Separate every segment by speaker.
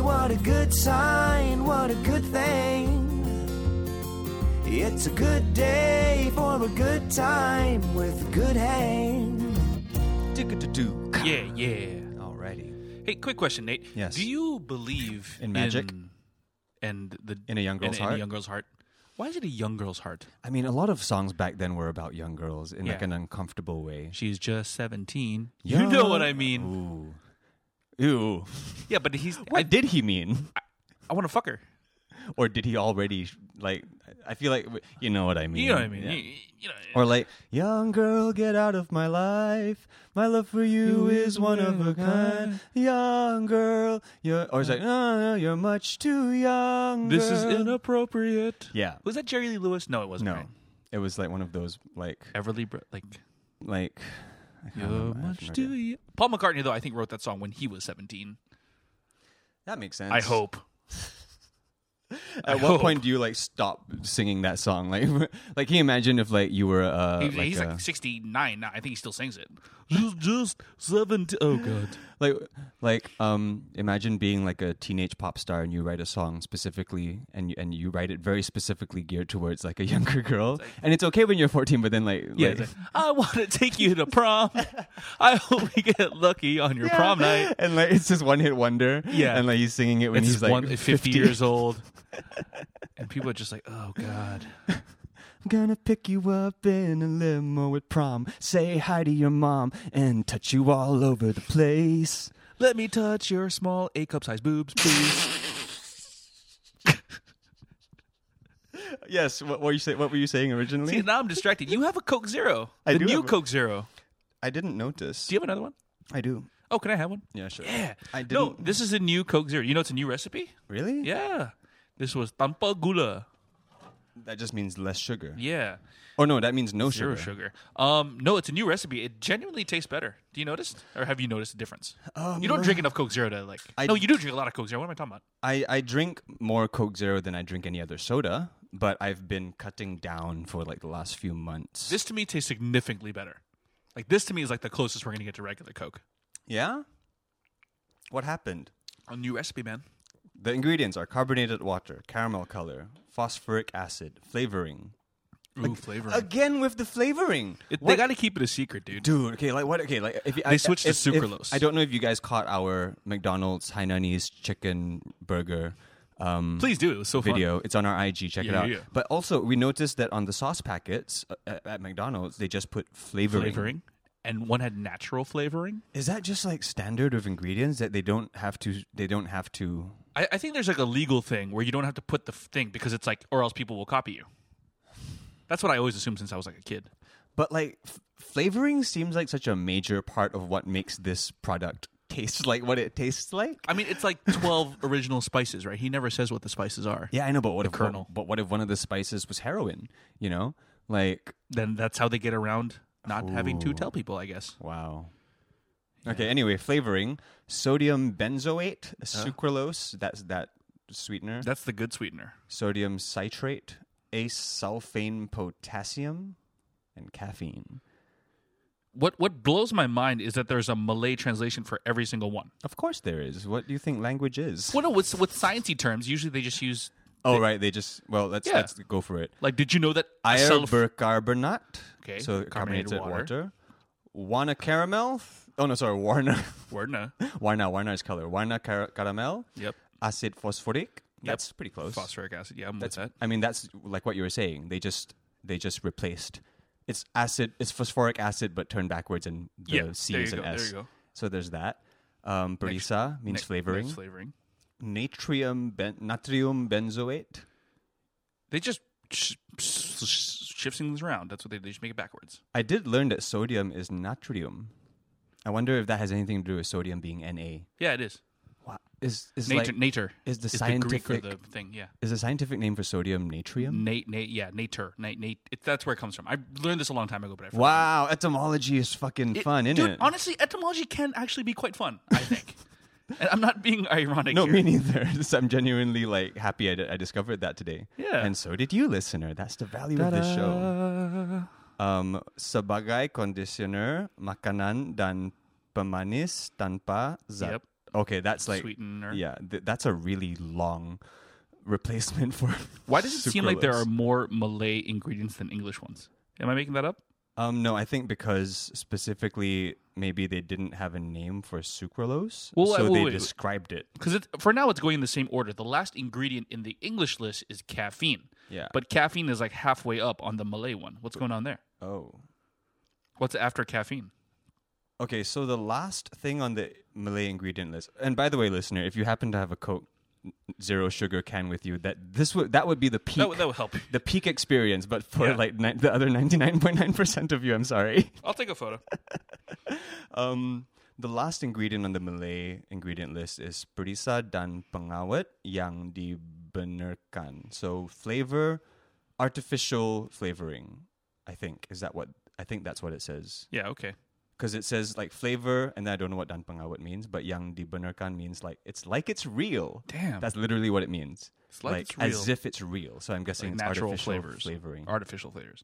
Speaker 1: what a good sign, what a good thing. It's a good day for a good time with a good hang.
Speaker 2: Do
Speaker 3: Yeah, yeah.
Speaker 2: Alrighty.
Speaker 3: Hey, quick question, Nate.
Speaker 2: Yes.
Speaker 3: Do you believe
Speaker 2: In magic?
Speaker 3: and the
Speaker 2: In a young girl's
Speaker 3: in,
Speaker 2: heart?
Speaker 3: a young girl's heart. Why is it a young girl's heart?
Speaker 2: I mean, a lot of songs back then were about young girls in like
Speaker 3: Yeah.
Speaker 2: an uncomfortable way.
Speaker 3: She's just seventeen. You know what I mean?
Speaker 2: Ooh. Ew.
Speaker 3: Yeah, but he's.
Speaker 2: What
Speaker 3: I,
Speaker 2: did he mean?
Speaker 3: I want to fuck her.
Speaker 2: Or did he already like? I feel like you know what I mean.
Speaker 3: You know what I mean?
Speaker 2: Yeah. Oh,
Speaker 3: You, you know,
Speaker 2: Or like, young girl, get out of my life. My love for you is one of a kind. Young girl, you're, or it's like, no, no, you're much too young.
Speaker 3: this is
Speaker 2: girl."
Speaker 3: inappropriate.
Speaker 2: Yeah.
Speaker 3: Was that Jerry Lee Lewis? No, it wasn't.
Speaker 2: No,
Speaker 3: right?
Speaker 2: it was like one of those like
Speaker 3: Everly, Br- like
Speaker 2: like. I can't
Speaker 3: you're
Speaker 2: remember, I have
Speaker 3: much
Speaker 2: no
Speaker 3: too.
Speaker 2: idea.
Speaker 3: young. Paul McCartney though, I think wrote that song when he was seventeen.
Speaker 2: That makes sense.
Speaker 3: I hope.
Speaker 2: At what point do you like stop singing that song? Like, like can you imagine if like you were uh,
Speaker 3: He-
Speaker 2: like,
Speaker 3: he's
Speaker 2: a-
Speaker 3: like 69 now. I think he still sings it. Just, just 17. Oh, God.
Speaker 2: like like um imagine being like a teenage pop star and you write a song specifically and you, and you write it very specifically geared towards like a younger girl and it's okay when you're 14 but then like
Speaker 3: Yeah.
Speaker 2: like-
Speaker 3: it's like, I want to take you to prom. I hope we get lucky on your prom night.
Speaker 2: and like it's just one hit wonder
Speaker 3: Yeah.
Speaker 2: and like he's singing it when
Speaker 3: It's
Speaker 2: he's like
Speaker 3: one, 50, years old. And people are just like, oh, God.
Speaker 2: I'm gonna pick you up in a limo at prom say hi to your mom and touch you all over the place
Speaker 3: Let me touch your small A cup size boobs, please.
Speaker 2: yes what were you say what were you saying originally
Speaker 3: See, now I'm distracted. You have a Coke Zero.
Speaker 2: I
Speaker 3: the
Speaker 2: do
Speaker 3: new
Speaker 2: have a-
Speaker 3: Coke Zero.
Speaker 2: I didn't notice
Speaker 3: Do you have another one?
Speaker 2: I do
Speaker 3: Oh, can I have one?
Speaker 2: yeah sure
Speaker 3: Yeah.
Speaker 2: I didn't
Speaker 3: No, this is a new Coke Zero. You know it's a new recipe?
Speaker 2: really
Speaker 3: Yeah. This was Tampa Gula.
Speaker 2: that just means less sugar
Speaker 3: Yeah.
Speaker 2: Oh no, that means no
Speaker 3: Zero sugar.
Speaker 2: sugar.
Speaker 3: Um, no, it's a new recipe. It genuinely tastes better. Do you notice, or have you noticed a difference? you don't drink enough Coke Zero to like.
Speaker 2: Um, I-
Speaker 3: no, you do drink a lot of Coke Zero. What am I talking about?
Speaker 2: I, I drink more Coke Zero than I drink any other soda, but I've been cutting down for like the last few months.
Speaker 3: This to me tastes significantly better. Like this to me is like the closest we're gonna get to regular Coke.
Speaker 2: yeah? What happened?
Speaker 3: A new recipe, man.
Speaker 2: The ingredients are carbonated water, caramel color, phosphoric acid, flavoring.
Speaker 3: Ooh, flavoring.
Speaker 2: Again with the flavoring.
Speaker 3: It-
Speaker 2: What-
Speaker 3: they gotta keep it a secret, dude.
Speaker 2: Dude, okay, like what? Okay, like if they I,
Speaker 3: switched to
Speaker 2: if- if-
Speaker 3: sucralose.
Speaker 2: I don't know if you guys caught our McDonald's Hainanese chicken burger um,
Speaker 3: Please do. It was so fun.
Speaker 2: video. It's on our IG. Check it
Speaker 3: Yeah,
Speaker 2: out.
Speaker 3: yeah.
Speaker 2: But also, we noticed that on the sauce packets uh, at, at McDonald's, they just put flavoring.
Speaker 3: Flavoring, and one had natural flavoring.
Speaker 2: Is that just like standard of ingredients that they don't have to? They don't have to.
Speaker 3: I, I think there's like a legal thing where you don't have to put the f- thing because it's like, or else people will copy you. That's what I always assumed since I was like a kid.
Speaker 2: But like f- flavoring seems like such a major part of what makes this product taste like what it tastes like.
Speaker 3: I mean, it's like 12 original spices, right? He never says what the spices are.
Speaker 2: Yeah, I know, but what if
Speaker 3: kernel.
Speaker 2: But what if one of the spices was heroin? You know, like
Speaker 3: Then that's how they get around not having to tell people, I guess.
Speaker 2: Wow. Okay. Anyway, flavoring: sodium benzoate,
Speaker 3: Uh-huh.
Speaker 2: sucralose. That's that sweetener.
Speaker 3: That's the good sweetener.
Speaker 2: sodium citrate, acesulfame potassium, and caffeine.
Speaker 3: What what blows my mind is that there's a Malay translation for every single one.
Speaker 2: Of course, there is. What do you think language is?
Speaker 3: Well, no, with with sciencey terms, usually they just use
Speaker 2: Oh, right. They just well. Let's
Speaker 3: Yeah.
Speaker 2: let's go for it.
Speaker 3: like, did you know that self-
Speaker 2: Iobicarbonate.
Speaker 3: Okay,
Speaker 2: So
Speaker 3: carbonated
Speaker 2: carbonated water.
Speaker 3: water.
Speaker 2: Warna caramel. Oh no, sorry. Warna.
Speaker 3: word? No,
Speaker 2: Warna. Warna is color. Warna car- caramel.
Speaker 3: Yep.
Speaker 2: Acid phosphoric. That's pretty close.
Speaker 3: phosphoric acid. Yeah, I'm
Speaker 2: That's
Speaker 3: with that.
Speaker 2: I mean that's like what you were saying. They just they just replaced it's acid, it's phosphoric acid, but turned backwards, and the
Speaker 3: Yeah,
Speaker 2: C
Speaker 3: there
Speaker 2: is
Speaker 3: you
Speaker 2: an
Speaker 3: go,
Speaker 2: S.
Speaker 3: there you go.
Speaker 2: So there's that. Um, Barisa means
Speaker 3: Next-
Speaker 2: flavoring.
Speaker 3: next flavoring.
Speaker 2: Natrium ben- natrium benzoate.
Speaker 3: They just sh- sh- sh- shifts things around. That's what they do. They just make it backwards.
Speaker 2: I did learn that sodium is natrium. I wonder if that has anything to do with sodium being Na.
Speaker 3: Yeah, it is.
Speaker 2: Wow. Is is
Speaker 3: Nature,
Speaker 2: like
Speaker 3: nature
Speaker 2: is the
Speaker 3: Greek for
Speaker 2: scientific-
Speaker 3: the thing. Yeah,
Speaker 2: is the scientific name for sodium natrium?
Speaker 3: Nate, Nate, yeah, nature, Nate, Nate. It, that's where it comes from. I learned this a long time ago, but I forgot.
Speaker 2: Wow, etymology is fucking
Speaker 3: It-
Speaker 2: fun, isn't
Speaker 3: dude,
Speaker 2: it?
Speaker 3: Honestly, etymology can actually be quite fun. I think. and I'm not being ironic.
Speaker 2: no,
Speaker 3: here.
Speaker 2: me neither. So I'm genuinely like happy I, di- I discovered that today.
Speaker 3: Yeah.
Speaker 2: and so did you, listener. That's the value of this show. Um, sebagai conditioner, makanan dan pemanis tanpa zat.
Speaker 3: Yep.
Speaker 2: Okay, that's like
Speaker 3: Sweetener.
Speaker 2: Yeah, th- that's a really long replacement for.
Speaker 3: Why does it seem like there
Speaker 2: sucralose.
Speaker 3: are more Malay ingredients than English ones? Am I making that up?
Speaker 2: Um, no, I think because specifically maybe they didn't have a name for sucralose,
Speaker 3: Well,
Speaker 2: so
Speaker 3: wait, wait,
Speaker 2: they
Speaker 3: wait.
Speaker 2: described it.
Speaker 3: Because for now, it's going in the same order. The last ingredient in the English list is caffeine.
Speaker 2: Yeah.
Speaker 3: But caffeine is like halfway up on the Malay one. What's going on there?
Speaker 2: Oh,
Speaker 3: What's after caffeine?
Speaker 2: okay. So the last thing on the Malay ingredient list, and by the way, listener, if you happen to have a Coke Zero Sugar can with you, that this would that would be the peak.
Speaker 3: That, would- that would help.
Speaker 2: the peak experience, but for
Speaker 3: Yeah.
Speaker 2: like ni- the other ninety nine point nine percent of you, I'm sorry.
Speaker 3: I'll take a photo.
Speaker 2: Um, the last ingredient on the Malay ingredient list is perisa dan pengawet yang dibenarkan. So flavor, artificial flavoring. I think is that what I think that's what it says
Speaker 3: Yeah, okay.
Speaker 2: because it says like flavor, and then I don't know what dan pengawet means, but yang dibenarkan means like it's like it's real.
Speaker 3: Damn.
Speaker 2: that's literally what it means.
Speaker 3: It's like it's
Speaker 2: as
Speaker 3: real.
Speaker 2: if it's real. So I'm guessing
Speaker 3: Like
Speaker 2: it's
Speaker 3: natural
Speaker 2: artificial
Speaker 3: flavors.
Speaker 2: flavoring.
Speaker 3: Artificial flavors.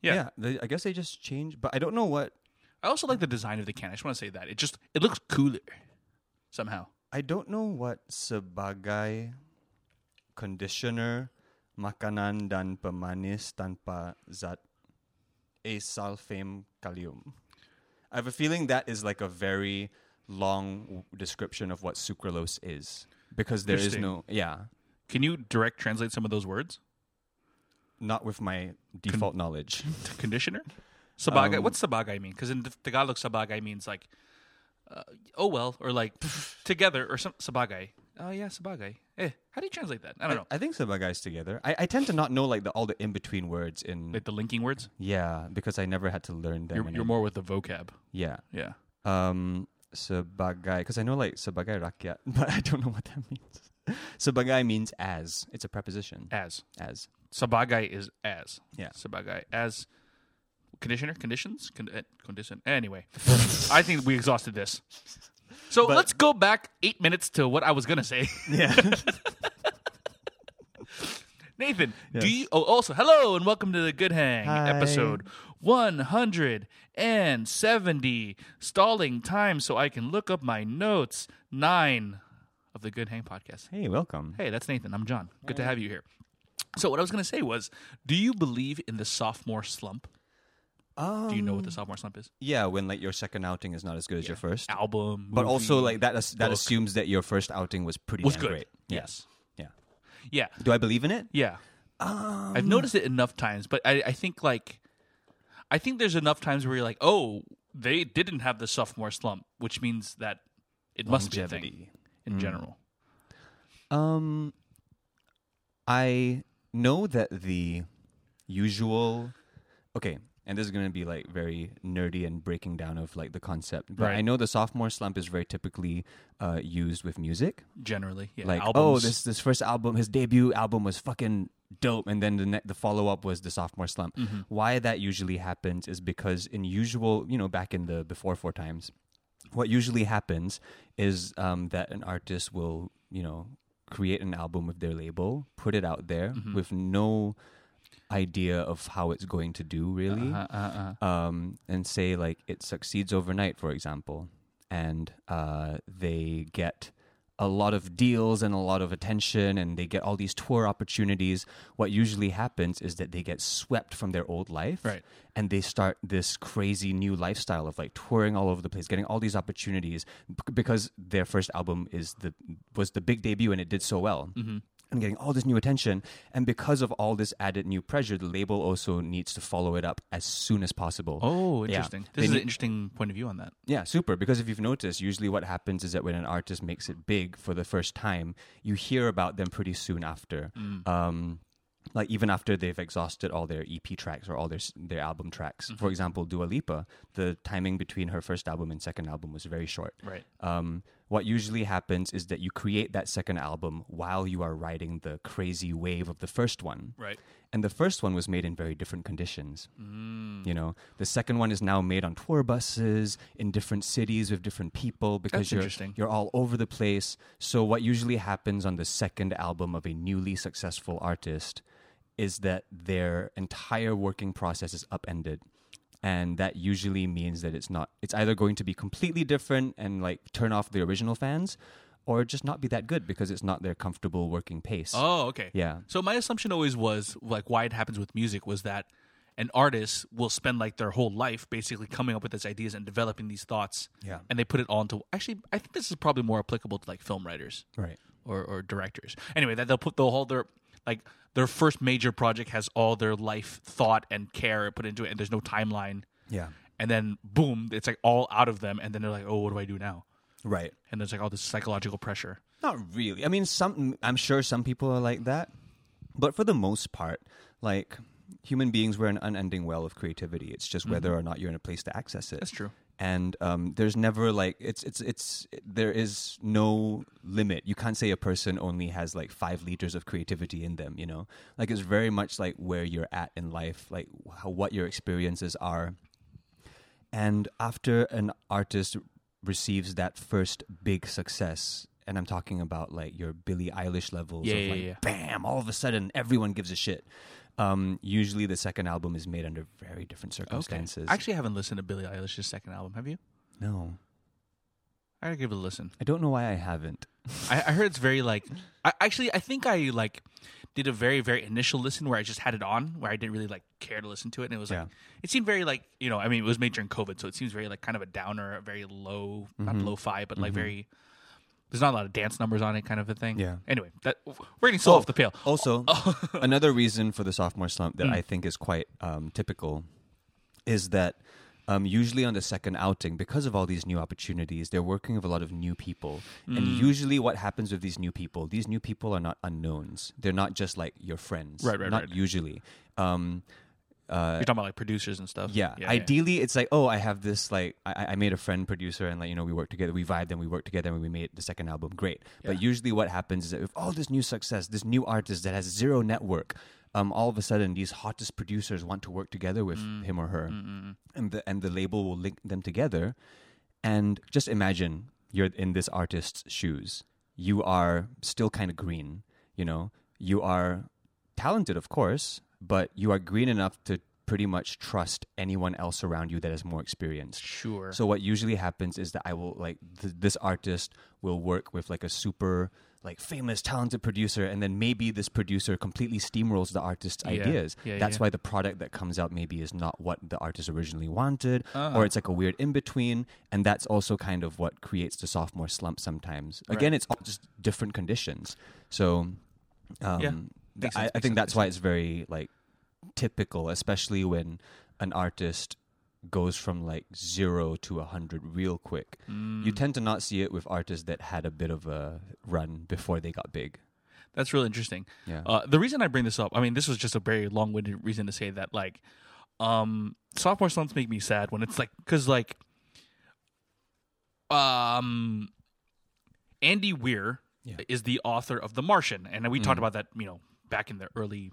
Speaker 2: yeah,
Speaker 3: Yeah.
Speaker 2: they, I guess they just changed, but I don't know what.
Speaker 3: I also like the design of the can. I just want to say that. It just it looks cooler somehow.
Speaker 2: I don't know what sebagai conditioner makanan dan pemanis tanpa zat asulfame kalium. I have a feeling that is like a very long w- description of what sucralose is because there is
Speaker 3: Interesting.
Speaker 2: no yeah,
Speaker 3: Can you direct translate some of those words?
Speaker 2: not with my default knowledge.
Speaker 3: Conditioner? Sabagai.
Speaker 2: Um,
Speaker 3: What's sabagai mean? Because in the Tagalog, sabagai means like, uh, oh well, or like together, or some sabagai. Oh yeah, sabagai. Eh, how do you translate that? I don't know.
Speaker 2: I think sebagai's together. I, I tend to not know like the, all the in between words in
Speaker 3: Like the linking words.
Speaker 2: yeah because I never had to learn them.
Speaker 3: You're,
Speaker 2: and
Speaker 3: you're
Speaker 2: I-
Speaker 3: more with the vocab.
Speaker 2: yeah.
Speaker 3: Yeah.
Speaker 2: um sebagai because I know like sebagai rakyat, but I don't know what that means. sebagai means as. It's a preposition.
Speaker 3: As
Speaker 2: As.
Speaker 3: sabagai is as.
Speaker 2: Yeah.
Speaker 3: Sabagai as conditioner conditions Con- eh, condition. Anyway, I think we exhausted this. So let's go back eight minutes to what I was gonna say.
Speaker 2: Yeah.
Speaker 3: Nathan, do you? Oh, also, hello and welcome to the Good Hang
Speaker 2: Hi.
Speaker 3: episode 170. Stalling time so I can look up my notes. Nine of the Good Hang podcast.
Speaker 2: hey, welcome.
Speaker 3: Hey, that's Nathan. I'm John. Good to have you here. So, what I was going to say was, do you believe in the sophomore slump?
Speaker 2: Um,
Speaker 3: Do you know what the sophomore slump is?
Speaker 2: Yeah, when like your second outing is not as good as your first,
Speaker 3: Album,
Speaker 2: but
Speaker 3: movie,
Speaker 2: also like that as- that
Speaker 3: book.
Speaker 2: assumes that your first outing was pretty
Speaker 3: was
Speaker 2: damn
Speaker 3: good.
Speaker 2: great. Yeah.
Speaker 3: Yes.
Speaker 2: Yeah.
Speaker 3: Yeah.
Speaker 2: Do I believe in it? Ah.
Speaker 3: Yeah. I've noticed it enough times, but I, I think like I think there's enough times where you're like, oh, they didn't have the sophomore slump, which means that it must be a thing
Speaker 2: Longevity. Mm.
Speaker 3: in general.
Speaker 2: Um, I know that the usual, okay, and this is going to be like very nerdy and breaking down of like the concept, but I
Speaker 3: Right.
Speaker 2: know the sophomore slump is very typically uh, used with music.
Speaker 3: Generally, yeah.
Speaker 2: Like,
Speaker 3: albums,
Speaker 2: oh, this this first album, his debut album was fucking dope, and then the ne- the follow up was the sophomore slump.
Speaker 3: Mm-hmm.
Speaker 2: Why that usually happens is because in usual, you know, back in the before four times, what usually happens is um, that an artist will, you know, create an album with their label, put it out there
Speaker 3: Mm-hmm.
Speaker 2: with no idea of how it's going to do really um, and say like it succeeds overnight, for example, and uh, they get a lot of deals and a lot of attention and they get all these tour opportunities what usually happens is that they get swept from their old life
Speaker 3: Right.
Speaker 2: and they start this crazy new lifestyle of like touring all over the place getting all these opportunities b- because their first album is the was the big debut and it did so well and getting all this new attention. And because of all this added new pressure, the label also needs to follow it up as soon as possible.
Speaker 3: Oh,
Speaker 2: Yeah.
Speaker 3: interesting.
Speaker 2: They
Speaker 3: This is
Speaker 2: need-
Speaker 3: an interesting point of view on that.
Speaker 2: yeah, super. Because if you've noticed, usually what happens is that when an artist makes it big for the first time, you hear about them pretty soon after.
Speaker 3: Mm.
Speaker 2: Um, like even after they've exhausted all their EP tracks or all their s- their album tracks.
Speaker 3: Mm-hmm.
Speaker 2: For example, Dua Lipa, the timing between her first album and second album was very short.
Speaker 3: Right.
Speaker 2: Um, what usually happens is that you create that second album while you are riding the crazy wave of the first one.
Speaker 3: Right.
Speaker 2: And the first one was made in very different conditions.
Speaker 3: Mm.
Speaker 2: You know, the second one is now made on tour buses in different cities with different people because
Speaker 3: That's
Speaker 2: you're
Speaker 3: interesting.
Speaker 2: you're all over the place. So what usually happens on the second album of a newly successful artist is that their entire working process is upended. And that usually means that it's not it's either going to be completely different and like turn off the original fans or just not be that good because it's not their comfortable working pace.
Speaker 3: Oh, okay.
Speaker 2: Yeah.
Speaker 3: So my assumption always was like why it happens with music was that an artist will spend like their whole life basically coming up with these ideas and developing these thoughts.
Speaker 2: Yeah.
Speaker 3: And they put it all into actually I think this is probably more applicable to like film writers
Speaker 2: Right.
Speaker 3: or, or directors. Anyway, that they'll put the whole their like their first major project has all their life thought and care put into it and there's no timeline.
Speaker 2: Yeah.
Speaker 3: And then boom, it's like all out of them and then they're like, Oh, what do I do now?
Speaker 2: Right.
Speaker 3: And there's like all this psychological pressure.
Speaker 2: Not really. I mean, some. I'm sure some people are like that, but for the most part, like human beings, we're an unending well of creativity. It's just whether or not you're in a place to access it.
Speaker 3: Mm-hmm. That's true.
Speaker 2: And um, there's never like it's it's it's there is no limit. You can't say a person only has like five liters of creativity in them. You know, like it's very much like where you're at in life, like how, what your experiences are. And after an artist receives that first big success, and I'm talking about like your Billie Eilish levels
Speaker 3: Yeah,
Speaker 2: of
Speaker 3: yeah,
Speaker 2: like
Speaker 3: yeah.
Speaker 2: bam, all of a sudden everyone gives a shit. Um, usually the second album is made under very different circumstances.
Speaker 3: I actually haven't listened to Billie Eilish's second album, have you?
Speaker 2: no.
Speaker 3: I gotta give it a listen.
Speaker 2: I don't know why I haven't.
Speaker 3: I, I heard it's very like. I actually I think I like did a very very initial listen where I just had it on where I didn't really like care to listen to it and it was like
Speaker 2: Yeah.
Speaker 3: it seemed very like you know I mean it was made during COVID so it seems very like kind of a downer a very low not
Speaker 2: Mm-hmm.
Speaker 3: lo-fi but like very there's not a lot of dance numbers on it kind of a thing
Speaker 2: Yeah.
Speaker 3: anyway that we're getting so
Speaker 2: Oh,
Speaker 3: off the pale
Speaker 2: Also,
Speaker 3: Oh.
Speaker 2: another reason for the sophomore slump
Speaker 3: Hmm.
Speaker 2: that I think is quite um, typical is that um, usually on the second outing, because of all these new opportunities, they're working with a lot of new people. And
Speaker 3: Hmm.
Speaker 2: usually, what happens with these new people, these new people are not unknowns. They're not just like your friends.
Speaker 3: Right, right,
Speaker 2: Not
Speaker 3: right.
Speaker 2: usually. Um,
Speaker 3: you're talking about like producers and stuff
Speaker 2: yeah. Ideally, it's like, oh, I have this, like, I, I- I made a friend producer and, like, you know, we worked together, we vibed and we worked together and we made the second album great. But usually what happens is that with all this new success, this new artist that has zero network, um, all of a sudden these hottest producers want to work together with him or her. And, the, and the label will link them together. And just imagine you're in this artist's shoes. You are still kind of green, you know? You are talented, of course, but you are green enough to pretty much trust anyone else around you that is more experienced.
Speaker 3: sure
Speaker 2: So what usually happens is that I will like th- this artist will work with like a super like famous talented producer and then maybe this producer completely steamrolls the artist's ideas.
Speaker 3: Yeah,
Speaker 2: That's
Speaker 3: yeah.
Speaker 2: why the product that comes out maybe is not what the artist originally wanted
Speaker 3: Ah.
Speaker 2: or it's like a weird in between and that's also kind of what creates the sophomore slump sometimes. Again, it's all just different conditions. So um
Speaker 3: Yeah.
Speaker 2: th-
Speaker 3: Makes sense,
Speaker 2: I, I
Speaker 3: makes
Speaker 2: think
Speaker 3: sense,
Speaker 2: that's why it's very like typical, especially when an artist goes from like zero to a hundred real quick. You
Speaker 3: Mm.
Speaker 2: tend to not see it with artists that had a bit of a run before they got big.
Speaker 3: That's really interesting.
Speaker 2: Yeah.
Speaker 3: Uh, the reason I bring this up, I mean, this was just a very long-winded reason to say that, like, um, sophomore slumps make me sad when it's like, because like, um, Andy Weir is the author of The Martian, and we talked about that, you know, back in the early.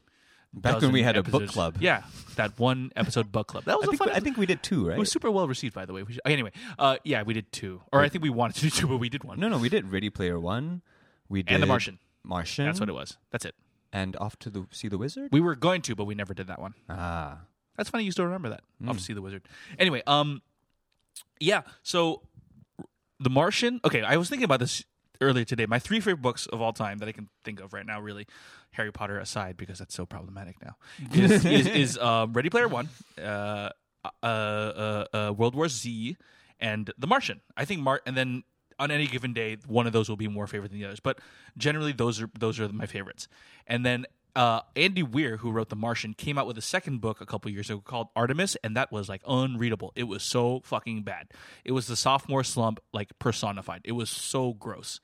Speaker 2: Mm. Back when we
Speaker 3: dozen
Speaker 2: had a book
Speaker 3: episodes.
Speaker 2: club.
Speaker 3: Yeah, that one episode book club. That was
Speaker 2: I
Speaker 3: a
Speaker 2: think,
Speaker 3: fun.
Speaker 2: I think we did
Speaker 3: it
Speaker 2: two,
Speaker 3: was
Speaker 2: right?
Speaker 3: super well received, by the way. We should, anyway, uh, yeah, we did two, or I think we wanted to do two, but we did one.
Speaker 2: No, no, we did Ready Player One. We did
Speaker 3: And The Martian.
Speaker 2: Martian.
Speaker 3: That's what it was. That's it.
Speaker 2: And off to the see the wizard.
Speaker 3: We were going to, but we never did that one.
Speaker 2: ah,
Speaker 3: That's funny. You still remember that? I'll have to see the wizard. Anyway, um, yeah. So, The Martian. Okay, I was thinking about this earlier today. My three favorite books of all time that I can think of right now, really, Harry Potter aside, because that's so problematic now, is, is, is um, Ready Player One, uh, uh, uh, uh, World War Z, and The Martian. I think Mar- and then on any given day, one of those will be more favorite than the others. But generally, those are those are my favorites. And then uh, Andy Weir, who wrote The Martian, came out with a second book a couple years ago called Artemis, and that was like unreadable. It was so fucking bad. It was the sophomore slump like personified. It was so gross.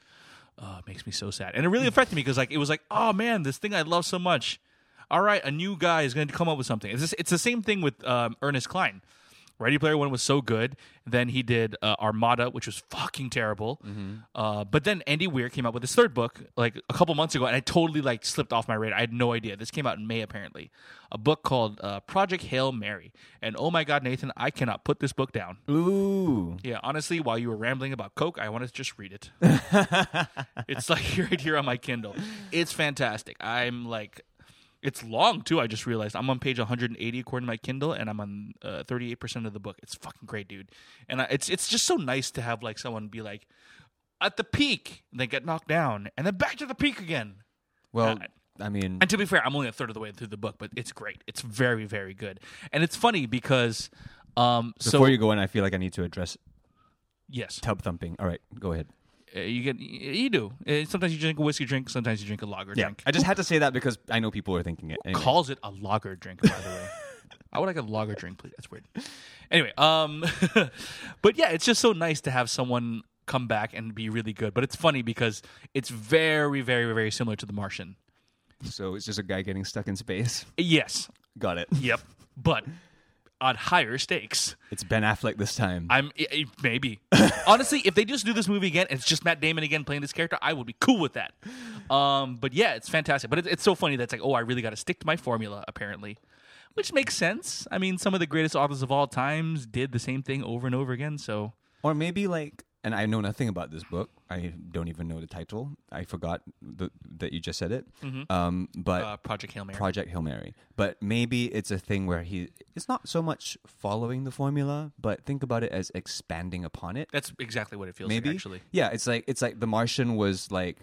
Speaker 3: Uh, it makes me so sad, and it really affected me because like it was like, oh man, this thing I love so much. All right, a new guy is going to come up with something. It's, just, it's the same thing with um, Ernest Klein. Ready Player One was so good. Then he did uh, Armada, which was fucking terrible. Uh, but then Andy Weir came out with his third book like a couple months ago, and I totally like slipped off my radar. I had no idea. This came out in May apparently. A book called uh, Project Hail Mary. And oh my god, Nathan, I cannot put this book down.
Speaker 2: Ooh.
Speaker 3: Yeah, honestly, while you were rambling about Coke, I wanted to just read it. it's like right here on my Kindle. It's fantastic. I'm like, it's long too. I just realized I'm on page 180 according to my Kindle, and I'm on uh, 38% of the book. It's fucking great, dude. And I, it's it's just so nice to have like someone be like at the peak, and then get knocked down, and then back to the peak again.
Speaker 2: Well,
Speaker 3: God.
Speaker 2: I mean,
Speaker 3: And to be fair, I'm only a third of the way through the book, but it's great. It's very very good, and it's funny because um
Speaker 2: before
Speaker 3: so
Speaker 2: you go in, I feel like I need to address
Speaker 3: yes
Speaker 2: tub thumping. All right, go ahead.
Speaker 3: Uh, you get you do Uh, sometimes you drink a whiskey drink, sometimes you drink a lager drink.
Speaker 2: I just had to say that because I know people are thinking it. Anyway.
Speaker 3: calls it a lager drink, by the way. I would like a lager drink, please. That's weird. Anyway, um, but yeah, it's just so nice to have someone come back and be really good. But it's funny because it's very, very, very similar to The Martian.
Speaker 2: So it's just a guy getting stuck in space.
Speaker 3: Yes.
Speaker 2: Got it.
Speaker 3: Yep. But on higher stakes.
Speaker 2: It's Ben Affleck this time.
Speaker 3: I'm i i- maybe honestly, if they just do this movie again, and it's just Matt Damon again playing this character. I would be cool with that. Um, but yeah, it's fantastic. But it's, it's so funny that's like, oh, I really got to stick to my formula apparently, which makes sense. I mean, some of the greatest authors of all times did the same thing over and over again. So
Speaker 2: or maybe like, and I know nothing about this book. I don't even know the title. I forgot the, that you just said it. Um, but
Speaker 3: uh, Project Hail Mary.
Speaker 2: Project Hail Mary. But maybe it's a thing where he, it's not so much following the formula, but think about it as expanding upon it.
Speaker 3: that's exactly what it feels
Speaker 2: maybe
Speaker 3: like. Actually,
Speaker 2: yeah it's like it's like the martian was like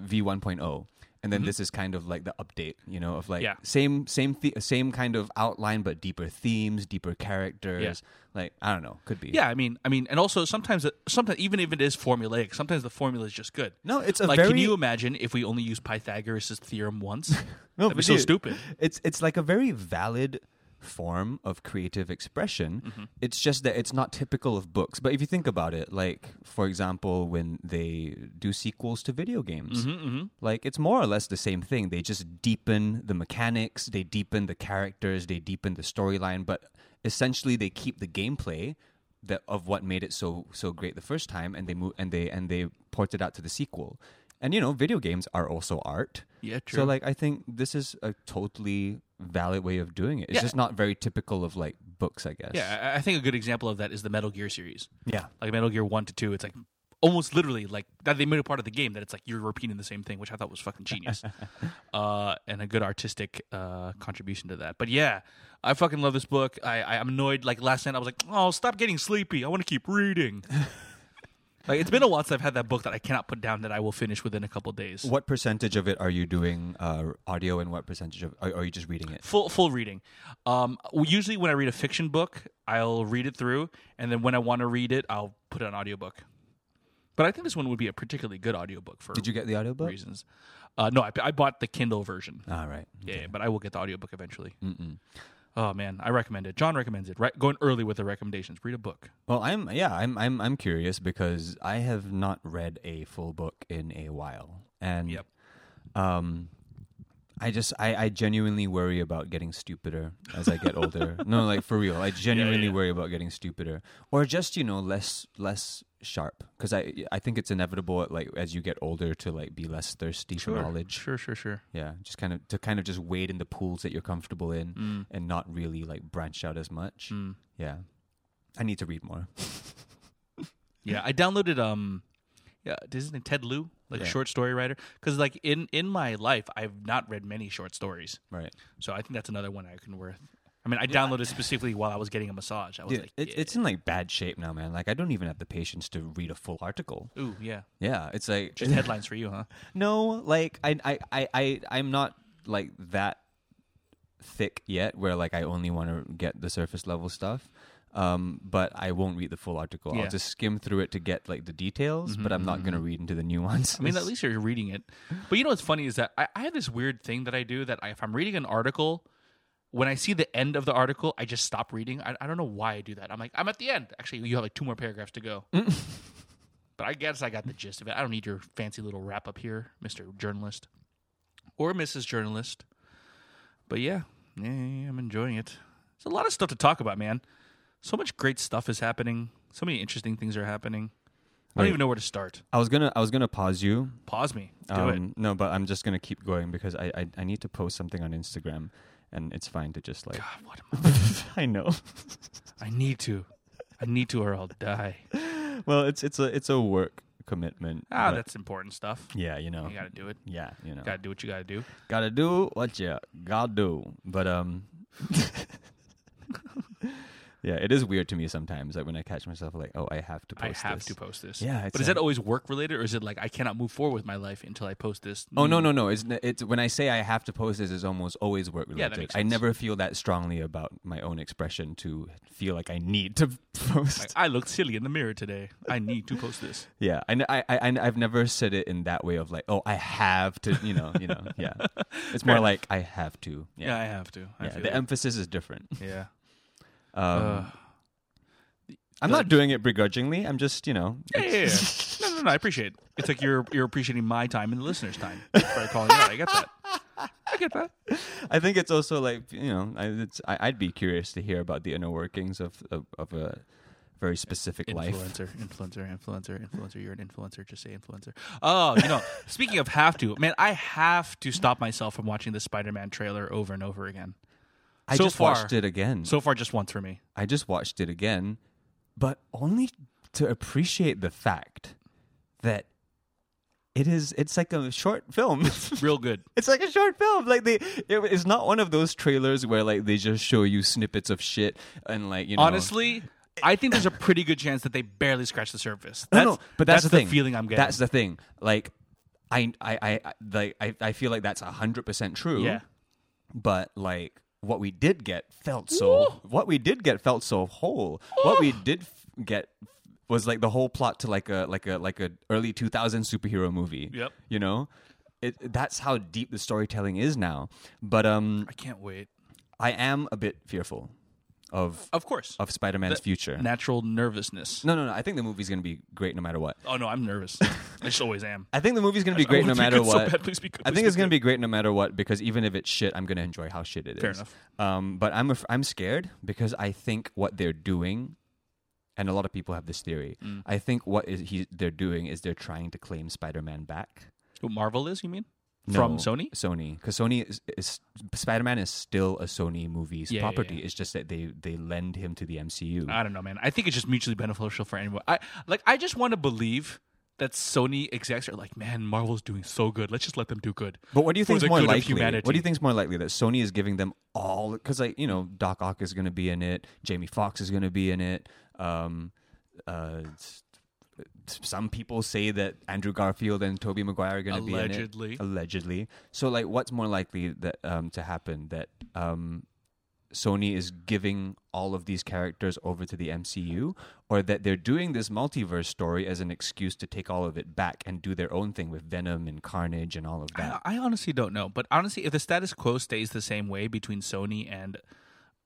Speaker 2: v1.0 oh, and then this is kind of like the update you know of like
Speaker 3: Mm-hmm. Yeah.
Speaker 2: same same the- same kind of outline but deeper themes deeper characters like i don't know could be
Speaker 3: yeah. I mean, I mean, and also sometimes, it- sometimes even if it is formulaic, sometimes the formula is just good.
Speaker 2: no it's a
Speaker 3: Like,
Speaker 2: very
Speaker 3: can you imagine if we only use Pythagoras' theorem once?
Speaker 2: no,
Speaker 3: That'd be
Speaker 2: but
Speaker 3: so
Speaker 2: dude,
Speaker 3: stupid.
Speaker 2: it's it's like a very valid form of creative expression
Speaker 3: Mm-hmm.
Speaker 2: it's just that it's not typical of books but if you think about it like for example when they do sequels to video games
Speaker 3: Mm-hmm,
Speaker 2: like it's more or less the same thing they just deepen the mechanics they deepen the characters they deepen the storyline but essentially they keep the gameplay that of what made it so so great the first time and they move and they and they port it out to the sequel and you know video games are also art
Speaker 3: Yeah,
Speaker 2: so
Speaker 3: true.
Speaker 2: like I think this is a totally valid way of doing it. It's
Speaker 3: Yeah.
Speaker 2: just not very typical of like books, I guess.
Speaker 3: Yeah, I- I think a good example of that is the Metal Gear series.
Speaker 2: Yeah.
Speaker 3: Like Metal Gear 1 to 2, it's like almost literally like that they made a part of the game that it's like you're repeating the same thing, which I thought was fucking genius. uh, and a good artistic uh, contribution to that. But yeah, I fucking love this book. I, I, I'm annoyed. Like last night, I was like, oh, stop getting sleepy. I want to keep reading. like it's been a while since I've had that book that I cannot put down that I will finish within a couple days.
Speaker 2: What percentage of it are you doing uh, audio, and what percentage of are, are you just reading it?
Speaker 3: full full reading. Um, usually when I read a fiction book, I'll read it through, and then when I want to read it, I'll put it on audiobook. But I think this one would be a particularly good audiobook for
Speaker 2: Did you get the Oh, audiobook?
Speaker 3: reasons. Uh, no, I, I bought the Kindle version.
Speaker 2: All right.
Speaker 3: Yeah, yeah, but I will get the audiobook eventually. Oh man, I recommend it. John recommends it. Right, going early with the recommendations. Read a book.
Speaker 2: Well, I'm yeah, I'm I'm I'm curious because I have not read a full book in a while, and
Speaker 3: Yep.
Speaker 2: um, I just I, I genuinely worry about getting stupider as I get older. no, like for real, I genuinely
Speaker 3: yeah.
Speaker 2: worry about getting stupider or just you know less less sharp because I I think it's inevitable like as you get older to like be less thirsty for knowledge.
Speaker 3: Sure, sure, sure.
Speaker 2: Yeah, just kind of to kind of just wade in the pools that you're comfortable in
Speaker 3: Mm.
Speaker 2: and not really like branch out as much. Yeah. I need to read more.
Speaker 3: Yeah, I downloaded um, yeah, isn't it Ted Lieu, like a
Speaker 2: Yeah.
Speaker 3: short story writer? Because like in in my life, I've not read many short stories.
Speaker 2: Right.
Speaker 3: So I think that's another one I can worth. I mean, I downloaded specifically while I was getting a massage. I was
Speaker 2: Dude,
Speaker 3: like,
Speaker 2: it, it's in like bad shape now, man. Like I don't even have the patience to read a full article.
Speaker 3: ooh, yeah.
Speaker 2: Yeah, it's like
Speaker 3: Just headlines for you, huh?
Speaker 2: no, like I, I, I, I, I'm not like that thick yet, where like I only want to get the surface level stuff. Um, but I won't read the full article.
Speaker 3: Yeah. Mm-hmm,
Speaker 2: I'll just skim through it to get like the details, but I'm not going to read into the nuances.
Speaker 3: I mean, at least you're reading it. But you know what's funny is that I, I have this weird thing that I do that I, if I'm reading an article, when I see the end of the article, I just stop reading. I, I don't know why I do that. I'm like, I'm at the end. Actually, you have like two more paragraphs to go. but I guess I got the gist of it. I don't need your fancy little wrap up here, Mr. Journalist or Mrs. Journalist. But yeah, yeah, yeah, I'm enjoying it. There's a lot of stuff to talk about, man. So much great stuff is happening. So many interesting things are happening. I don't
Speaker 2: Wait.
Speaker 3: even know where to start.
Speaker 2: I was gonna I was gonna pause you.
Speaker 3: Pause me. Do it.
Speaker 2: Um, no, but I'm just gonna keep going because I, I I need to post something on Instagram, and it's fine to just like
Speaker 3: God, what am
Speaker 2: I know.
Speaker 3: I, I need to. I need to, or I'll die.
Speaker 2: well, it's it's a it's a work commitment.
Speaker 3: Ah,
Speaker 2: but-
Speaker 3: that's important stuff.
Speaker 2: yeah, you know.
Speaker 3: You gotta do it.
Speaker 2: yeah, you know.
Speaker 3: Gotta do what you gotta do.
Speaker 2: Gotta do what you gotta do. But um Yeah, it is weird to me sometimes that when I catch myself like, oh I have to post
Speaker 3: I have
Speaker 2: this.
Speaker 3: to post this.
Speaker 2: Yeah, it's
Speaker 3: but is
Speaker 2: a-
Speaker 3: that always work related, or is it like I cannot move forward with my life until I post this?
Speaker 2: Oh no no no! It's n- it's when I say I have to post this, it's almost always work
Speaker 3: Mm. Yeah, that
Speaker 2: related.
Speaker 3: makes
Speaker 2: I
Speaker 3: sense.
Speaker 2: never feel that strongly about my own expression to feel like I need to post.
Speaker 3: Like, I looked silly in the mirror today. I need to post this.
Speaker 2: yeah, I, n- I I have never said it in that way of like, oh, I have to, you know, you know, yeah. It's more like I have to.
Speaker 3: Yeah,
Speaker 2: Yeah,
Speaker 3: I have to. I
Speaker 2: yeah.
Speaker 3: feel
Speaker 2: the
Speaker 3: it.
Speaker 2: emphasis is different.
Speaker 3: yeah.
Speaker 2: Um,
Speaker 3: Uh,
Speaker 2: I'm not doing it begrudgingly. I'm just, you know,
Speaker 3: yeah, yeah, yeah. No, no, no. I appreciate it. It's like you're you're appreciating my time and the listener's time by calling out. I get that. I get that.
Speaker 2: I think it's also like you know, I, it's, I, I'd be curious to hear about the inner workings of of, of a very specific life.
Speaker 3: Influencer, influencer, influencer, influencer. You're an influencer. Just say influencer. Oh, you know. speaking of have to, man, I have to stop myself from watching the Spider-Man trailer over and over again.
Speaker 2: I
Speaker 3: So
Speaker 2: just
Speaker 3: far-
Speaker 2: watched it again.
Speaker 3: So far, just once for me.
Speaker 2: I just watched it again, but only to appreciate the fact that it is it's like a short film.
Speaker 3: Real good.
Speaker 2: It's like a short film. Like they, it, it's not one of those trailers where like they just show you snippets of shit and like you know.
Speaker 3: Honestly, I think there's a pretty good chance that they barely scratched the surface.
Speaker 2: No,
Speaker 3: That's,
Speaker 2: no, but that's,
Speaker 3: the,
Speaker 2: thing.
Speaker 3: feeling I'm getting.
Speaker 2: That's the thing. Like, I, I, I, I- like, I, I feel like that's hundred percent true.
Speaker 3: yeah.
Speaker 2: But like, what we did get felt so. What we did get felt so whole. What we did f- get was like the whole plot to like a like a like a early two thousand superhero movie.
Speaker 3: Yep.
Speaker 2: You know. It, that's how deep the storytelling is now, but um,
Speaker 3: I can't wait.
Speaker 2: I am a bit fearful of
Speaker 3: Of course.
Speaker 2: of Spider-Man's future.
Speaker 3: Natural nervousness.
Speaker 2: no, no, no. I think the movie's going to be great no matter what.
Speaker 3: Oh no, I'm nervous. I just always am.
Speaker 2: I think the movie's gonna be great
Speaker 3: I
Speaker 2: no
Speaker 3: want
Speaker 2: matter
Speaker 3: it so
Speaker 2: what.
Speaker 3: bad. Please be good.
Speaker 2: I
Speaker 3: Please
Speaker 2: think
Speaker 3: be
Speaker 2: it's gonna be great no matter what because even if it's shit, I'm gonna enjoy how shit it is.
Speaker 3: Fair enough.
Speaker 2: Um, but I'm af- I'm scared because I think what they're doing, and a lot of people have this theory.
Speaker 3: Mm.
Speaker 2: I think what is he they're doing is they're trying to claim Spider-Man back
Speaker 3: Who Marvel is? You mean from
Speaker 2: No,
Speaker 3: Sony?
Speaker 2: Sony, because Sony is, is Spider-Man is still a Sony movie's
Speaker 3: Yeah, yeah,
Speaker 2: property.
Speaker 3: yeah.
Speaker 2: It's just that they they lend him to the MCU.
Speaker 3: I don't know, man. I think it's just mutually beneficial for anyone. I like. I just want to believe that Sony execs are like, man, Marvel's doing so good. Let's just let them do good.
Speaker 2: But what do you
Speaker 3: for
Speaker 2: think
Speaker 3: the
Speaker 2: is more
Speaker 3: good of
Speaker 2: likely?
Speaker 3: humanity.
Speaker 2: What do you think is more likely that Sony is giving them all? Because like you know, Doc Ock is going to be in it. Jamie Foxx is going to be in it. Um, uh, s- some people say that Andrew Garfield and Tobey Maguire are going to be in it.
Speaker 3: Allegedly.
Speaker 2: Allegedly. So like, what's more likely that um, to happen? That um, Sony is giving all of these characters over to the MCU, or that they're doing this multiverse story as an excuse to take all of it back and do their own thing with Venom and Carnage and all of that.
Speaker 3: I, I honestly don't know. But honestly, if the status quo stays the same way between Sony and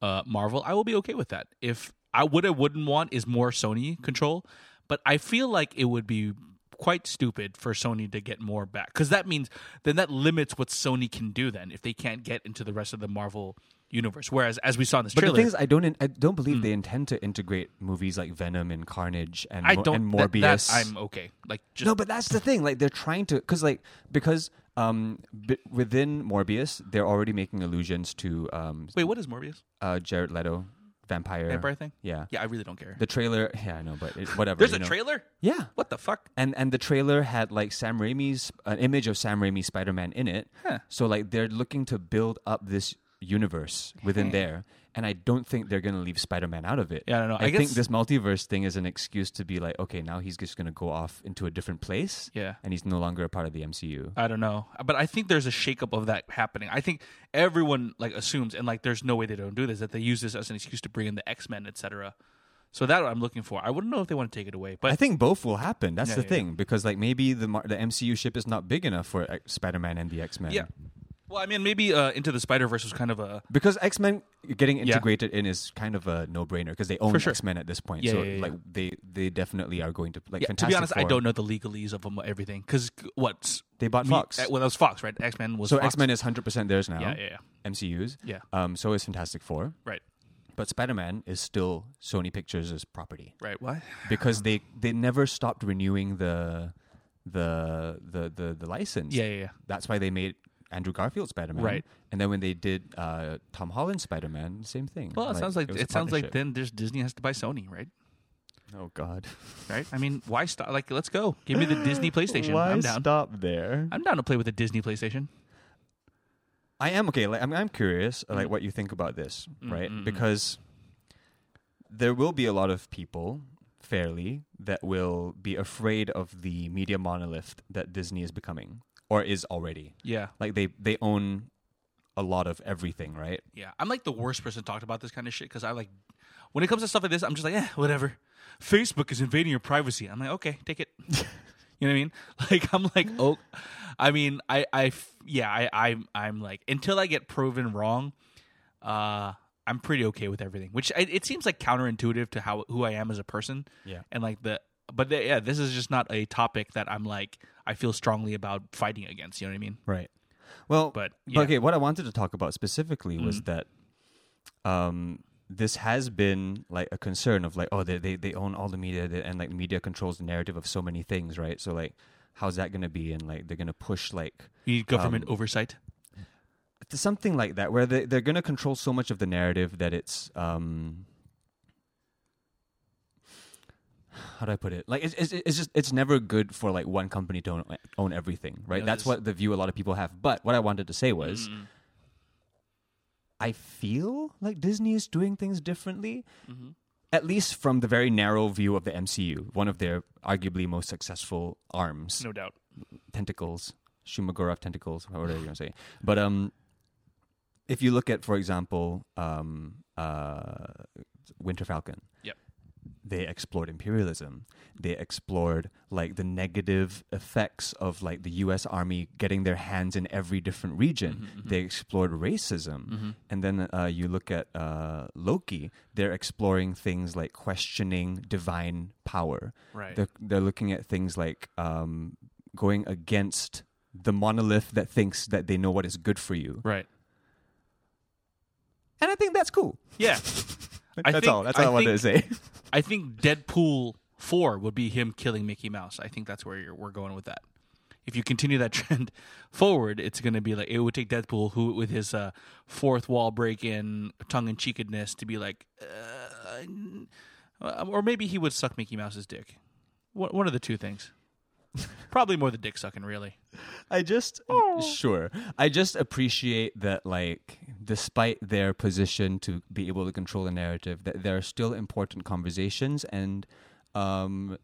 Speaker 3: uh, Marvel, I will be okay with that. If I what I wouldn't want is more Sony control, but I feel like it would be quite stupid for Sony to get more back because that means then that limits what Sony can do. Then if they can't get into the rest of the Marvel universe, whereas as we saw in this
Speaker 2: But
Speaker 3: trailer,
Speaker 2: the thing is, I don't, in, I don't believe they intend to integrate movies like Venom and Carnage and,
Speaker 3: Hmm. I
Speaker 2: Mo-
Speaker 3: don't
Speaker 2: and
Speaker 3: that-
Speaker 2: Morbius.
Speaker 3: That, I'm okay. Like just
Speaker 2: no, but that's the thing. Like they're trying to, because like because um b- within Morbius, they're already making allusions to um
Speaker 3: wait, what is Morbius?
Speaker 2: uh, Jared Leto, vampire,
Speaker 3: Vampire thing?
Speaker 2: Yeah,
Speaker 3: Yeah, I really don't care.
Speaker 2: The trailer, yeah, I know, but it, whatever.
Speaker 3: There's
Speaker 2: you
Speaker 3: a
Speaker 2: know.
Speaker 3: trailer.
Speaker 2: Yeah,
Speaker 3: What the fuck?
Speaker 2: and and the trailer had like Sam Raimi's an image of Sam Raimi's Spider Man in it.
Speaker 3: Huh.
Speaker 2: So like they're looking to build up this universe within there, and I don't think they're gonna leave Spider-Man out of it.
Speaker 3: Yeah, I don't know.
Speaker 2: I,
Speaker 3: I
Speaker 2: think
Speaker 3: guess-
Speaker 2: this multiverse thing is an excuse to be like, okay, now he's just gonna go off into a different place.
Speaker 3: Yeah. Uh,
Speaker 2: and he's no longer a part of the MCU.
Speaker 3: I don't know, but I think there's a shakeup of that happening. I think everyone like assumes, and like there's no way they don't do this. That they use this as an excuse to bring in the X Men, etc. So that I'm looking for. I wouldn't know if they want to take it away, but
Speaker 2: I think both will happen. That's
Speaker 3: Yeah,
Speaker 2: the
Speaker 3: yeah,
Speaker 2: thing because like maybe the mar- the MCU ship is not big enough for X- Spider-Man and the X-Men.
Speaker 3: yeah. Well, I mean, maybe uh, Into the Spider Verse was kind of a
Speaker 2: Because X Men getting integrated in is kind of a no brainer because they own
Speaker 3: sure.
Speaker 2: X Men at this point.
Speaker 3: Yeah,
Speaker 2: so
Speaker 3: yeah, yeah.
Speaker 2: like they they definitely are going to like
Speaker 3: Yeah, to
Speaker 2: Fantastic
Speaker 3: be honest, I
Speaker 2: Four,
Speaker 3: don't know the legalese of um, everything because what
Speaker 2: They bought
Speaker 3: we-
Speaker 2: Fox.
Speaker 3: uh, well, that was Fox, right? X Men was
Speaker 2: So
Speaker 3: Fox.
Speaker 2: X Men is hundred percent theirs now.
Speaker 3: Yeah, yeah, yeah.
Speaker 2: MCU's.
Speaker 3: Yeah.
Speaker 2: Um. So is Fantastic Four,
Speaker 3: Right,
Speaker 2: but Spider Man is still Sony Pictures' property
Speaker 3: right. What?
Speaker 2: because they they never stopped renewing the the the the, the license.
Speaker 3: Yeah, yeah, yeah.
Speaker 2: That's why they made Andrew Garfield Spider Man.
Speaker 3: Right.
Speaker 2: And then when they did uh, Tom Holland Spider Man, same thing.
Speaker 3: Well, it sounds like
Speaker 2: was
Speaker 3: it,
Speaker 2: a
Speaker 3: sounds like
Speaker 2: partnership.
Speaker 3: then there's Disney has to buy Sony, right?
Speaker 2: Oh God.
Speaker 3: Right. I mean, why stop? Like, let's go. Give me the Disney PlayStation. I'm down.
Speaker 2: stop there?
Speaker 3: I'm down to play with the Disney PlayStation.
Speaker 2: I am okay. Like I'm, I'm curious, like what you think about this, right? Because there will be a lot of people, fairly, that will be afraid of the media monolith that Disney is becoming or is already.
Speaker 3: Yeah.
Speaker 2: Like they they own a lot of everything, right?
Speaker 3: Yeah, I'm like the worst person to talk about this kind of shit because I like when it comes to stuff like this, I'm just like, eh, whatever. Facebook is invading your privacy. I'm like, okay, take it. you know what I mean? Like, I'm like, oh, I mean, I, I, f- yeah, I, I'm, I'm like, until I get proven wrong, uh, I'm pretty okay with everything. Which I, it seems like counterintuitive to how who I am as a person.
Speaker 2: Yeah.
Speaker 3: and like the, but the, yeah, this is just not a topic that I'm like I feel strongly about fighting against. You know what I mean?
Speaker 2: Right. Well,
Speaker 3: But,
Speaker 2: but,
Speaker 3: yeah.
Speaker 2: okay, what I wanted to talk about specifically was that um, this has been like a concern of like, oh, they they, they own all the media they- and like media controls the narrative of so many things, right? So like, how's that going to be? And like, they're going to push like
Speaker 3: You need government oversight.
Speaker 2: th- something like that, where they they're going to control so much of the narrative that it's um. How do I put it? Like it's, it's it's just it's never good for like one company to own, own everything, right?
Speaker 3: Yeah,
Speaker 2: That's
Speaker 3: there's-
Speaker 2: what the view a lot of people have. But what I wanted to say was,
Speaker 3: Mm.
Speaker 2: I feel like Disney is doing things differently, at least from the very narrow view of the MCU, one of their arguably most successful arms,
Speaker 3: No doubt.
Speaker 2: tentacles, Shumagorov tentacles, however you're going to say. But um, if you look at, for example, um, uh, Winter Falcon,
Speaker 3: Yep.
Speaker 2: they explored imperialism. They explored like the negative effects of like the U.S. Army getting their hands in every different region.
Speaker 3: Mm-hmm,
Speaker 2: They explored racism, and then uh, you look at uh, Loki. They're exploring things like questioning divine power.
Speaker 3: Right.
Speaker 2: They're, they're looking at things like um, going against the monolith that thinks that they know what is good for you,
Speaker 3: Right.
Speaker 2: and I think that's cool.
Speaker 3: Yeah. I
Speaker 2: that's
Speaker 3: think-
Speaker 2: all. That's
Speaker 3: I
Speaker 2: all I, wanted to say.
Speaker 3: I think Deadpool four would be him killing Mickey Mouse. I think that's where you're, we're going with that. If you continue that trend forward, it's going to be like it would take Deadpool, who with his uh, fourth wall break in, tongue in cheekedness, to be like, uh, or maybe he would suck Mickey Mouse's dick. One one of the two things. Probably more the dick sucking, really.
Speaker 2: I just sure. I just appreciate that, like, despite their position to be able to control the narrative, that there are still important conversations and um,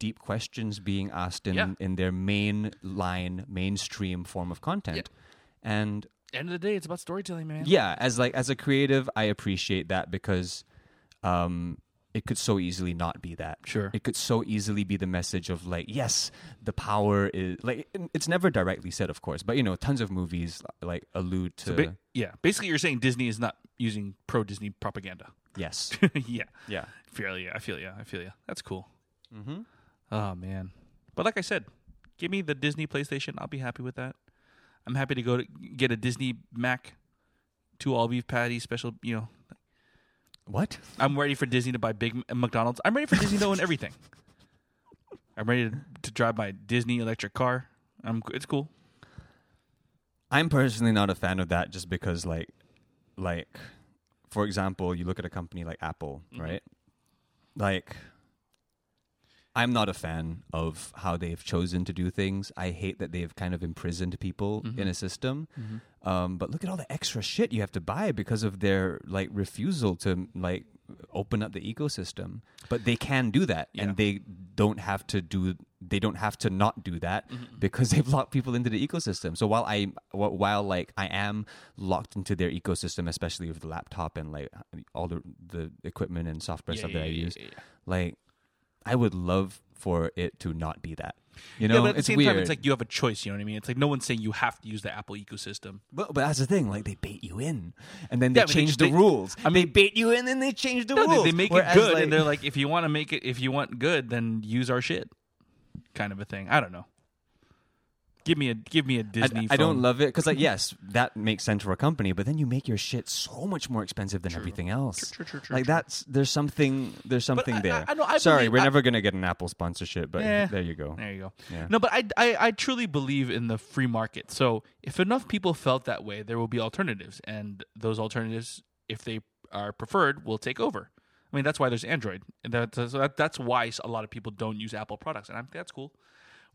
Speaker 2: deep questions being asked in
Speaker 3: Yeah.
Speaker 2: in their main line, mainstream form of content. And
Speaker 3: End of the day, it's about storytelling, man.
Speaker 2: yeah, as like as a creative, I appreciate that because um, it could so easily not be that.
Speaker 3: Sure.
Speaker 2: it could so easily be the message of like, yes, the power is like it- it's never directly said, of course, but you know, tons of movies like allude to
Speaker 3: Ba- yeah. Basically, you're saying Disney is not using pro Disney propaganda.
Speaker 2: yes,
Speaker 3: yeah.
Speaker 2: yeah,
Speaker 3: I feel you. I feel you. I feel you. That's cool. Mm-hmm. Oh man, but like I said, give me the Disney PlayStation. I'll be happy with that. I'm happy to go to get a Disney Mac, two all beef patty special. You know,
Speaker 2: what?
Speaker 3: I'm ready for Disney to buy big M- McDonald's. I'm ready for Disney to own everything. I'm ready to, to drive my Disney electric car. I'm. It's cool.
Speaker 2: I'm personally not a fan of that just because like like for
Speaker 3: Mm-hmm.
Speaker 2: example, you look at a company like Apple, right? Like I'm not a fan of how they've chosen to do things. I hate that they've kind of imprisoned people
Speaker 3: Mm-hmm.
Speaker 2: in a system. Um, but look at all the extra shit you have to buy because of their like refusal to like open up the ecosystem. But they can do that,
Speaker 3: Yeah.
Speaker 2: and they don't have to do. They don't have to not do that
Speaker 3: Mm-hmm.
Speaker 2: because they've locked people into the ecosystem. So while I wh- while like I am locked into their ecosystem, especially with the laptop and like all the the equipment and software
Speaker 3: Yeah,
Speaker 2: stuff
Speaker 3: yeah,
Speaker 2: that I
Speaker 3: yeah,
Speaker 2: use,
Speaker 3: yeah, yeah.
Speaker 2: like I would love for it to not be that. You
Speaker 3: yeah,
Speaker 2: know,
Speaker 3: but at the
Speaker 2: it's
Speaker 3: same
Speaker 2: weird.
Speaker 3: time, it's like you have a choice. You know what I mean? It's like no one's saying you have to use the Apple ecosystem.
Speaker 2: but, but that's the thing. Like they bait you in, and then they
Speaker 3: Yeah, but they
Speaker 2: change
Speaker 3: just-
Speaker 2: the
Speaker 3: they-
Speaker 2: rules. I mean, they bait you in, and they change the
Speaker 3: No,
Speaker 2: rules.
Speaker 3: they, they make
Speaker 2: Whereas,
Speaker 3: it good, and they're like, if you want to make it, if you want good, then use our shit, kind of a thing. I don't know. Give me a give me a
Speaker 2: I,
Speaker 3: Disney.
Speaker 2: I don't
Speaker 3: phone.
Speaker 2: love it because, like, yes, that makes sense for a company, but then you make your shit so much more expensive than everything else.
Speaker 3: True, true, true,
Speaker 2: like
Speaker 3: true.
Speaker 2: that's there's something there's something
Speaker 3: I- I-
Speaker 2: there.
Speaker 3: I know- I
Speaker 2: Sorry,
Speaker 3: believe-
Speaker 2: we're
Speaker 3: I-
Speaker 2: never gonna get an Apple sponsorship, but
Speaker 3: Eh,
Speaker 2: there you go.
Speaker 3: There you go.
Speaker 2: Yeah.
Speaker 3: No, but I, I I truly believe in the free market. So if enough people felt that way, there will be alternatives, and those alternatives, if they are preferred, will take over. I mean, that's why there's Android, and that's so that, that's why a lot of people don't use Apple products, and I'm, that's cool.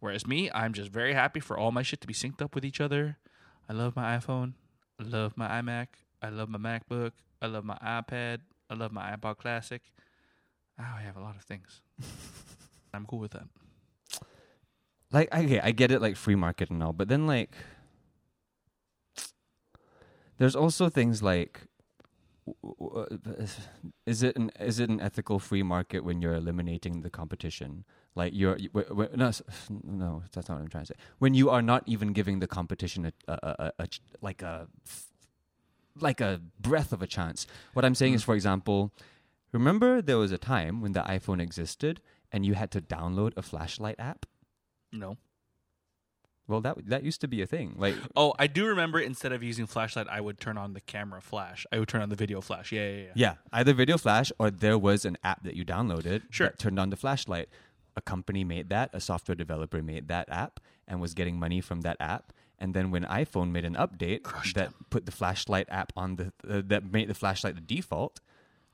Speaker 3: Whereas me, I'm just very happy for all my shit to be synced up with each other. I love my iPhone. I love my iMac. I love my MacBook. I love my iPad. I love my iPod Classic. Oh, I have a lot of things. I'm cool with that.
Speaker 2: Like, okay, I get it, like free market and all, but then like, there's also things like, w- w- uh, is it an is it an ethical free market when you're eliminating the competition? Like you're you- w- w- no s- no that's not what I'm trying to say. When you are not even giving the competition a, a, a, a- a ch- like a f- like a breath of a chance. What I'm saying is, for example, remember there was a time when the iPhone existed and you had to download a flashlight app.
Speaker 3: No.
Speaker 2: Well, that that used to be a thing. Like,
Speaker 3: Oh, I do remember. Instead of using flashlight, I would turn on the camera flash. I would turn on the video flash. Yeah, yeah, yeah.
Speaker 2: yeah, either Video Flash or there was an app that you downloaded
Speaker 3: Sure.
Speaker 2: that turned on the flashlight. A company made that. A software developer made that app and was getting money from that app. And then when iPhone made an update that put the flashlight app on the uh, that made the flashlight the default,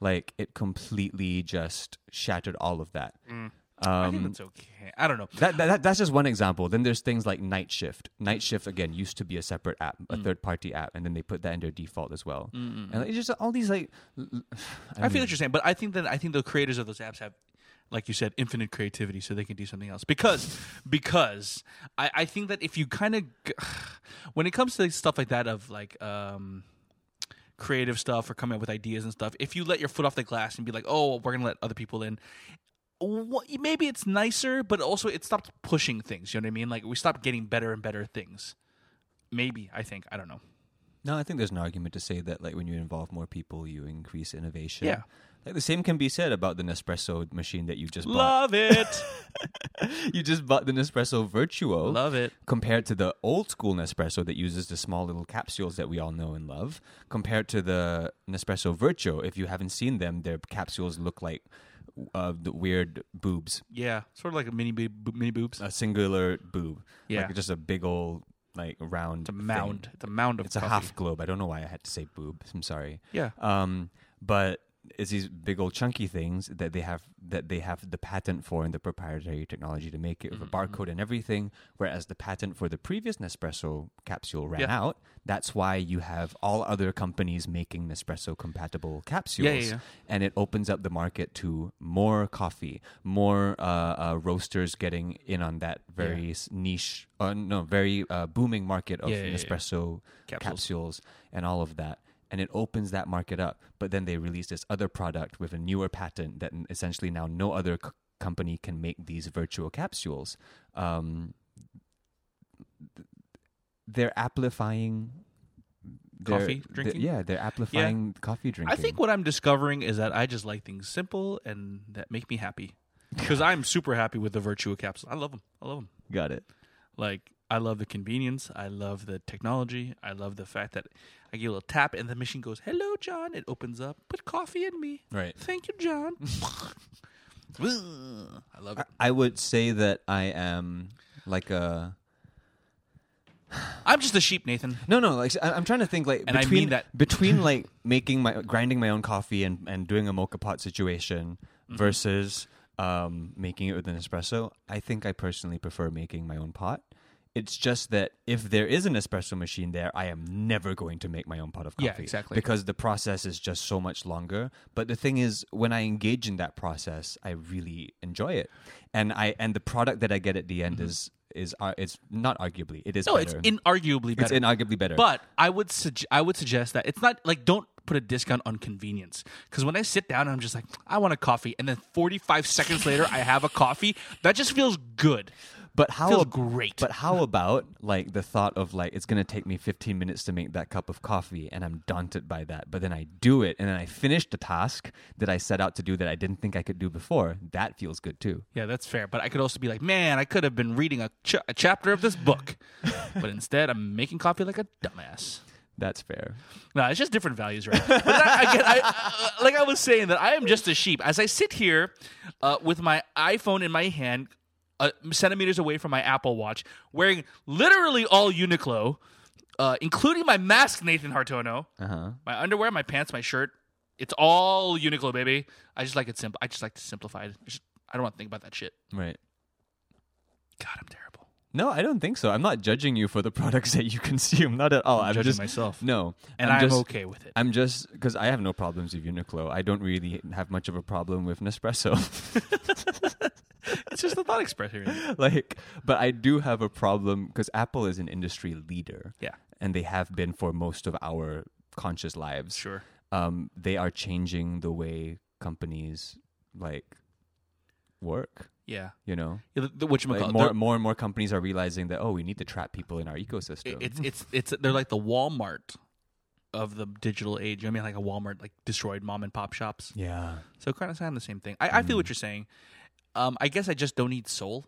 Speaker 2: like it completely just shattered all of that.
Speaker 3: I think that's okay. I don't know.
Speaker 2: That, that, that that's just one example. Then there's things like Night Shift. Night Shift again used to be a separate app, a third party app, and then they put that in their default as well. And like, it's just all these like, l- l-
Speaker 3: I, feel what you're saying, but I think that I think the creators of those apps have, like you said, infinite creativity, so they can do something else. Because, because I, I think that if you kind of, when it comes to stuff like that of like um, creative stuff or coming up with ideas and stuff, if you let your foot off the glass and be like, oh, we're gonna let other people in. wha- Maybe it's nicer, but also it stopped pushing things. You know what I mean? Like we stopped getting better and better things. Maybe I think I don't know.
Speaker 2: no, I think there's an argument to say that like when you involve more people, you increase innovation.
Speaker 3: Yeah.
Speaker 2: Like the same can be said about the Nespresso machine that you just bought.
Speaker 3: Love it,
Speaker 2: You just bought the Nespresso Virtuo.
Speaker 3: love it.
Speaker 2: compared to the old school Nespresso that uses the small little capsules that we all know and love, compared to the Nespresso Virtuo, if you haven't seen them, their capsules look like uh, the weird boobs,
Speaker 3: Yeah, sort of like a mini boob, mini boobs.
Speaker 2: a singular boob,
Speaker 3: Yeah.
Speaker 2: like just a big old like round
Speaker 3: It's a
Speaker 2: thing.
Speaker 3: mound. It's a mound of
Speaker 2: It's a
Speaker 3: coffee.
Speaker 2: half globe. I don't know why I had to say boob. I'm sorry.
Speaker 3: Yeah.
Speaker 2: Um, but it's these big old chunky things that they have that they have the patent for and the proprietary technology to make it
Speaker 3: Mm-hmm.
Speaker 2: with a barcode and everything. Whereas the patent for the previous Nespresso capsule ran
Speaker 3: Yeah.
Speaker 2: out. That's why you have all other companies making Nespresso compatible capsules,
Speaker 3: Yeah, yeah, yeah.
Speaker 2: and it opens up the market to more coffee, more uh, uh, roasters getting in on that very s- niche, uh, no, very uh, booming market of
Speaker 3: Yeah, yeah, yeah.
Speaker 2: Nespresso
Speaker 3: Capsules.
Speaker 2: capsules and all of that. And it opens that market up. But then they release this other product with a newer patent that n- essentially now no other c- company can make these virtual capsules. Um, th- they're amplifying their-
Speaker 3: Coffee
Speaker 2: the-
Speaker 3: drinking?
Speaker 2: yeah, they're amplifying coffee
Speaker 3: I
Speaker 2: drinking.
Speaker 3: think what I'm discovering is that I just like things simple and that make me happy. Because I'm super happy with the Virtua capsule. I love them. I love them.
Speaker 2: got it.
Speaker 3: Like I love the convenience. I love the technology. I love the fact that I give a little tap and the machine goes, "Hello, John." It opens up. Put coffee in me.
Speaker 2: Right.
Speaker 3: Thank you, John. I love it.
Speaker 2: I would say that I am like a
Speaker 3: I'm just a sheep, Nathan.
Speaker 2: no, no. Like I- I'm trying to think like
Speaker 3: And I
Speaker 2: between
Speaker 3: mean that-
Speaker 2: between like
Speaker 3: Mm-hmm.
Speaker 2: making my grinding my own coffee and and doing a mocha pot situation versus um, making it with an espresso, I think I personally prefer making my own pot. It's just that if there is an espresso machine there, I am never going to make my own pot of coffee.
Speaker 3: Yeah, exactly.
Speaker 2: Because the process is just so much longer. But the thing is, when I engage in that process, I really enjoy it, and I and the product that I get at the end is is uh, it's not arguably it is
Speaker 3: Mm-hmm. No,
Speaker 2: better.
Speaker 3: it's inarguably better.
Speaker 2: It's inarguably better.
Speaker 3: But I would sug- I would suggest that it's not like don't put a discount on convenience because when I sit down and I'm just like I want a coffee and then 45 seconds later I have a coffee that just feels good.
Speaker 2: But how
Speaker 3: Feels
Speaker 2: ab-
Speaker 3: great.
Speaker 2: But how about like the thought of like it's gonna take me 15 minutes to make that cup of coffee, and I'm daunted by that. But then I do it, and then I finish the task that I set out to do that I didn't think I could do before. That feels good too.
Speaker 3: Yeah, that's fair. But I could also be like, man, I could have been reading a, ch- a chapter of this book, but instead I'm making coffee like a dumbass.
Speaker 2: That's fair.
Speaker 3: No, it's just different values, right? But that, again, I, uh, like I was saying, that I am just a sheep. As I sit here uh, with my iPhone in my hand, uh, centimeters away from my Apple Watch, wearing literally all Uniqlo, uh, including my mask, Nathan Hartono,
Speaker 2: Uh huh.
Speaker 3: my underwear, my pants, my shirt. It's all Uniqlo, baby. I just like it simple. I just like to simplify it. It's just- I don't want to think about that shit.
Speaker 2: Right.
Speaker 3: God, I'm terrible.
Speaker 2: No, I don't think so. I'm not judging you for the products that you consume. Not at all. I'm,
Speaker 3: judging
Speaker 2: just
Speaker 3: myself.
Speaker 2: No,
Speaker 3: And I'm,
Speaker 2: just,
Speaker 3: okay with it.
Speaker 2: I'm just because I have no problems with Uniqlo. I don't really have much of a problem with Nespresso.
Speaker 3: It's just a thought expression.
Speaker 2: like but i do have a problem because apple is an industry leader
Speaker 3: Yeah.
Speaker 2: and they have been for most of our conscious lives
Speaker 3: Sure.
Speaker 2: um, they are changing the way companies like work
Speaker 3: Yeah.
Speaker 2: you know
Speaker 3: yeah the, which
Speaker 2: like more, more and more companies are realizing that oh we need to trap people in our
Speaker 3: It-
Speaker 2: ecosystem
Speaker 3: it's it's it's they're like the Walmart of the digital age. You know what I mean, like a Walmart like destroyed mom and pop shops.
Speaker 2: yeah
Speaker 3: So kind of sound the same thing. I, I feel what you're saying. Um, I guess I just don't need soul.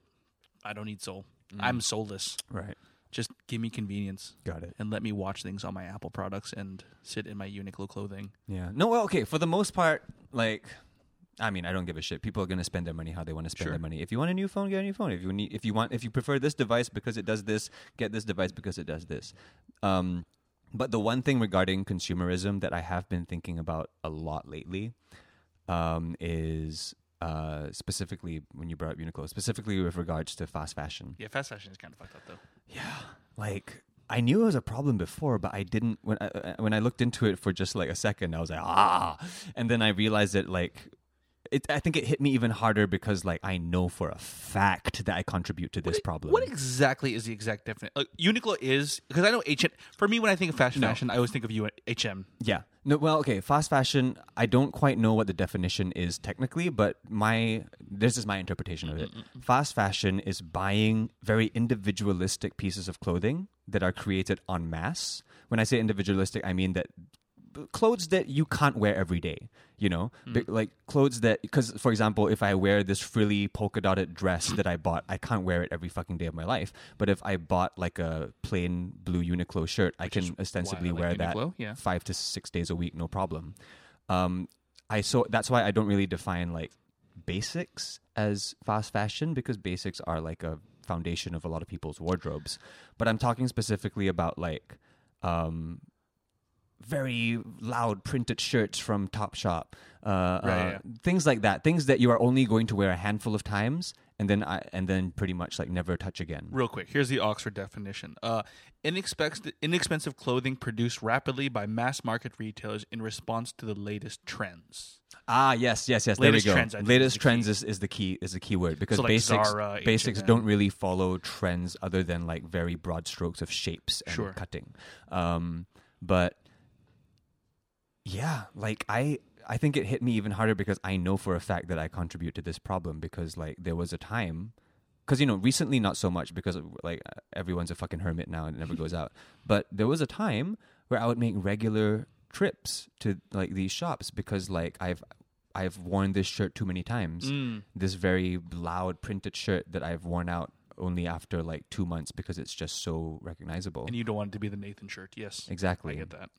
Speaker 3: I don't need soul. I'm soulless.
Speaker 2: right
Speaker 3: Just give me convenience
Speaker 2: got it
Speaker 3: and let me watch things on my Apple products and sit in my Uniqlo clothing.
Speaker 2: yeah no well, okay for the most part like I mean, I don't give a shit. People are gonna spend their money how they want to spend
Speaker 3: Sure.
Speaker 2: their money. If you want a new phone, get a new phone. If you need, if you want, if you prefer this device because it does this, get this device because it does this. Um, but the one thing regarding consumerism that I have been thinking about a lot lately um, is uh, specifically when you brought up Uniqlo, specifically with regards to fast fashion.
Speaker 3: Yeah, fast fashion is kind of fucked up though.
Speaker 2: Like I knew it was a problem before, but I didn't when I uh, when I looked into it for just like a second. I was like ah, and then I realized that like. It, I think it hit me even harder because, like, I know for a fact that I contribute to this problem.
Speaker 3: What exactly is the exact definition? Like, Uniqlo is because I know H&M. For me, when I think of fast fashion, I always think of U- H&M.
Speaker 2: Yeah. No, well, okay, fast fashion, I don't quite know what the definition is technically, but my this is my interpretation of
Speaker 3: Mm,
Speaker 2: it. Fast fashion is buying very individualistic pieces of clothing that are created en masse. When I say individualistic, I mean that uh, clothes that you can't wear every day, you know?
Speaker 3: Mm.
Speaker 2: Be- like clothes that cuz for example, if I wear this frilly polka dotted dress that I bought, I can't wear it every fucking day of my life. But if I bought like a plain blue Uniqlo shirt, I can ostensibly
Speaker 3: I like
Speaker 2: wear that
Speaker 3: Uniqlo, yeah.
Speaker 2: five to six days a week, no problem. Um, I so that's why I don't really define like basics as fast fashion because basics are like a foundation of a lot of people's wardrobes. But I'm talking specifically about like um, very loud printed shirts from Topshop, uh,
Speaker 3: Right,
Speaker 2: uh,
Speaker 3: yeah.
Speaker 2: things like that. Things that you are only going to wear a handful of times and then I, and then pretty much like never touch again.
Speaker 3: Real quick, here's the Oxford definition. Uh, inexpex- inexpensive clothing produced rapidly by mass market retailers in response to the latest trends.
Speaker 2: Ah, yes, yes, yes.
Speaker 3: Latest
Speaker 2: there we go.
Speaker 3: trends, I think, is
Speaker 2: latest
Speaker 3: the
Speaker 2: trends is, is the key is the key word because
Speaker 3: So, like,
Speaker 2: basics
Speaker 3: Zara, H&M.
Speaker 2: basics don't really follow trends other than like very broad strokes of shapes and
Speaker 3: Sure.
Speaker 2: cutting. Um, but yeah, like I I think it hit me even harder because I know for a fact that I contribute to this problem because like there was a time because you know recently not so much because like everyone's a fucking hermit now and never goes out but there was a time where i would make regular trips to like these shops because like i've i've worn this shirt too many times
Speaker 3: Mm.
Speaker 2: this very loud printed shirt that i've worn out only after like two months because it's just so recognizable
Speaker 3: And you don't want it to be the Nathan shirt. Yes. I
Speaker 2: exactly
Speaker 3: get that.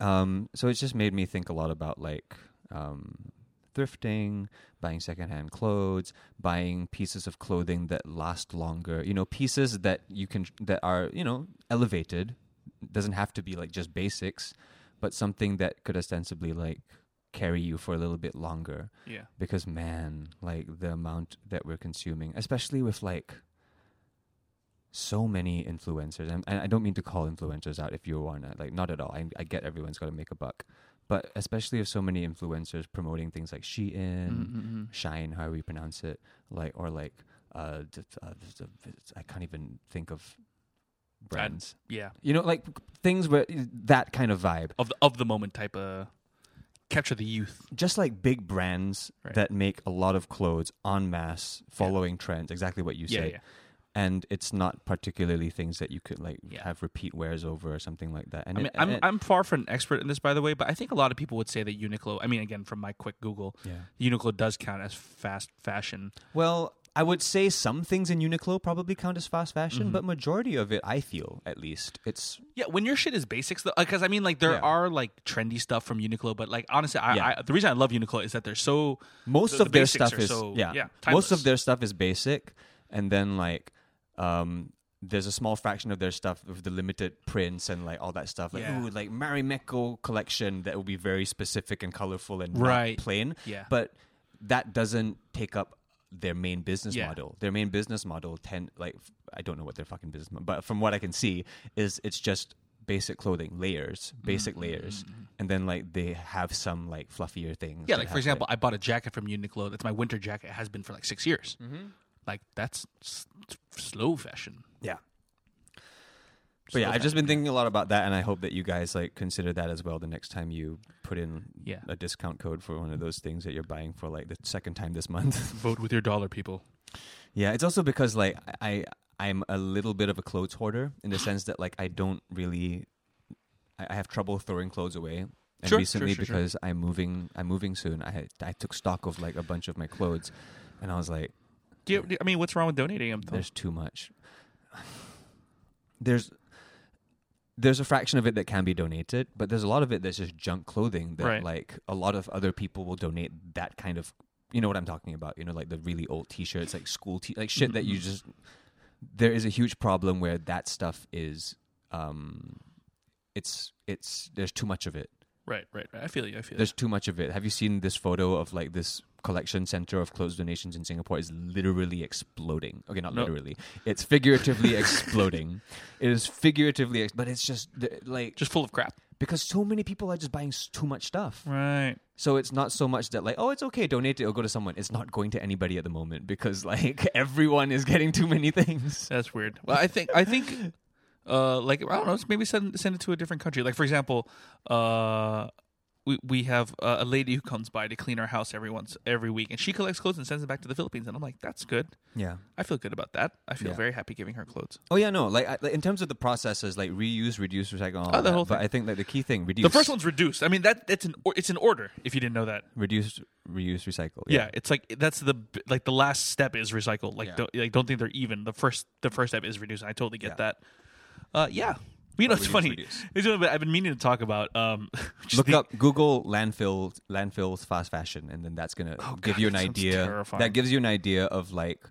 Speaker 2: um, so it's just made me think a lot about like um, thrifting, buying secondhand clothes, buying pieces of clothing that last longer. You know, pieces that you can that are you know elevated. Doesn't have to be like just basics, but something that could ostensibly like carry you for a little bit longer
Speaker 3: Yeah.
Speaker 2: because man like the amount that we're consuming especially with like so many influencers and, and i don't mean to call influencers out if you want to like not at all I, I get everyone's got to make a buck but especially with so many influencers promoting things like shein
Speaker 3: Mm-hmm.
Speaker 2: shine however you pronounce it like or like uh, d- uh d- d- i can't even think of brands
Speaker 3: Yeah.
Speaker 2: you know like things where eh, that kind of vibe
Speaker 3: Of the of the moment type of capture the youth.
Speaker 2: just like big brands
Speaker 3: Right.
Speaker 2: that make a lot of clothes en masse following trends exactly what you
Speaker 3: Yeah,
Speaker 2: say
Speaker 3: yeah.
Speaker 2: and it's not particularly things that you could like
Speaker 3: Yeah.
Speaker 2: have repeat wears over or something like that and
Speaker 3: I mean,
Speaker 2: it-
Speaker 3: I'm
Speaker 2: it-
Speaker 3: I'm far from an expert in this, by the way, but I think a lot of people would say that Uniqlo. I mean, again, from my quick Google,
Speaker 2: yeah.
Speaker 3: Uniqlo does count as fast fashion.
Speaker 2: well i would say some things in uniqlo probably count as fast
Speaker 3: Mm-hmm.
Speaker 2: fashion but majority of it i feel at least it's
Speaker 3: Yeah, when your shit is basics, though, because I mean, like there
Speaker 2: Yeah.
Speaker 3: are like trendy stuff from Uniqlo, but like honestly, I,
Speaker 2: Yeah.
Speaker 3: I the reason I love Uniqlo is that they're so the-
Speaker 2: most
Speaker 3: the
Speaker 2: of their
Speaker 3: basics
Speaker 2: stuff
Speaker 3: are
Speaker 2: is
Speaker 3: so-
Speaker 2: yeah,
Speaker 3: yeah,
Speaker 2: most
Speaker 3: timeless.
Speaker 2: of their stuff is basic and then like um there's a small fraction of their stuff with the limited prints and like all that stuff like
Speaker 3: Yeah.
Speaker 2: ooh like Marimekko collection that will be very specific and colorful and
Speaker 3: Right.
Speaker 2: not plain
Speaker 3: Yeah.
Speaker 2: but that doesn't take up their main business
Speaker 3: Yeah.
Speaker 2: model their main business model tend like f- I don't know what their fucking business model, but from what I can see is it's just basic clothing layers basic layers and then like they have some like fluffier things
Speaker 3: Mm. yeah.
Speaker 2: that
Speaker 3: Like for
Speaker 2: have,
Speaker 3: example, I bought a jacket from Uniqlo. That's my winter jacket. It has been for like six years.
Speaker 2: Mm-hmm.
Speaker 3: Like that's s- s- slow fashion.
Speaker 2: Yeah. But yeah, I've just been thinking a lot about that, and I hope that you guys like consider that as well the next time you put in
Speaker 3: Yeah.
Speaker 2: a discount code for one of those things that you're buying for like the second time this month.
Speaker 3: Vote with your dollar, people.
Speaker 2: yeah, it's also because like I I'm a little bit of a clothes hoarder in the sense that like I don't really I, I have trouble throwing clothes away. And
Speaker 3: Sure, sure,
Speaker 2: recently,
Speaker 3: sure, sure.
Speaker 2: because I'm moving, I'm moving soon. I had- I took stock of like a bunch of my clothes, and I was like,
Speaker 3: Do you, do- I mean, what's wrong with donating them? though?
Speaker 2: there's too much there's there's a fraction of it that can be donated but there's a lot of it that's just junk clothing that
Speaker 3: Right.
Speaker 2: like a lot of other people will donate that kind of you know what i'm talking about you know like the really old t-shirts like school t like shit that you just there is a huge problem where that stuff is um it's it's there's too much of it
Speaker 3: Right, right, right. I feel you. I feel you.
Speaker 2: there's too much of it. Have you seen this photo of like this collection center of clothes donations in Singapore is literally exploding. Okay, not
Speaker 3: No.
Speaker 2: literally. It's figuratively exploding. It is figuratively, ex- but it's just th- like
Speaker 3: Just full of crap.
Speaker 2: because so many people are just buying s- too much stuff.
Speaker 3: Right.
Speaker 2: So it's not so much that like, oh, it's okay, donate it, it'll go to someone. It's not going to anybody at the moment because like everyone is getting too many things.
Speaker 3: That's weird. Well, I think I think uh like I don't know, maybe send send it to a different country. Like for example, uh we we have uh, a lady who comes by to clean our house every once every week and she collects clothes and sends them back to the Philippines and I'm like, that's good.
Speaker 2: Yeah.
Speaker 3: I feel good about that. I feel
Speaker 2: Yeah.
Speaker 3: very happy giving her clothes.
Speaker 2: Oh yeah, no. Like, I, like in terms of the processes, like reuse, reduce, recycle, all
Speaker 3: Oh, the
Speaker 2: that.
Speaker 3: whole
Speaker 2: But
Speaker 3: thing.
Speaker 2: I think like the key thing, reduce.
Speaker 3: The first one's reduced. I mean that that's an or, it's an order if you didn't know that.
Speaker 2: reduce, reuse, recycle.
Speaker 3: Yeah, it's like that's the b- like the last step is recycle. Like
Speaker 2: Yeah.
Speaker 3: don't like don't think they're even. The first the first step is reduce. I totally get
Speaker 2: Yeah.
Speaker 3: that. Uh, yeah. You know, it's
Speaker 2: reduce,
Speaker 3: funny.
Speaker 2: reduce.
Speaker 3: It's funny, but I've been meaning to talk about. Um, just
Speaker 2: Look
Speaker 3: the-
Speaker 2: up Google landfill landfills fast fashion, and then that's gonna give
Speaker 3: Oh, God,
Speaker 2: you an
Speaker 3: that sounds
Speaker 2: idea.
Speaker 3: terrifying.
Speaker 2: That gives you an idea of like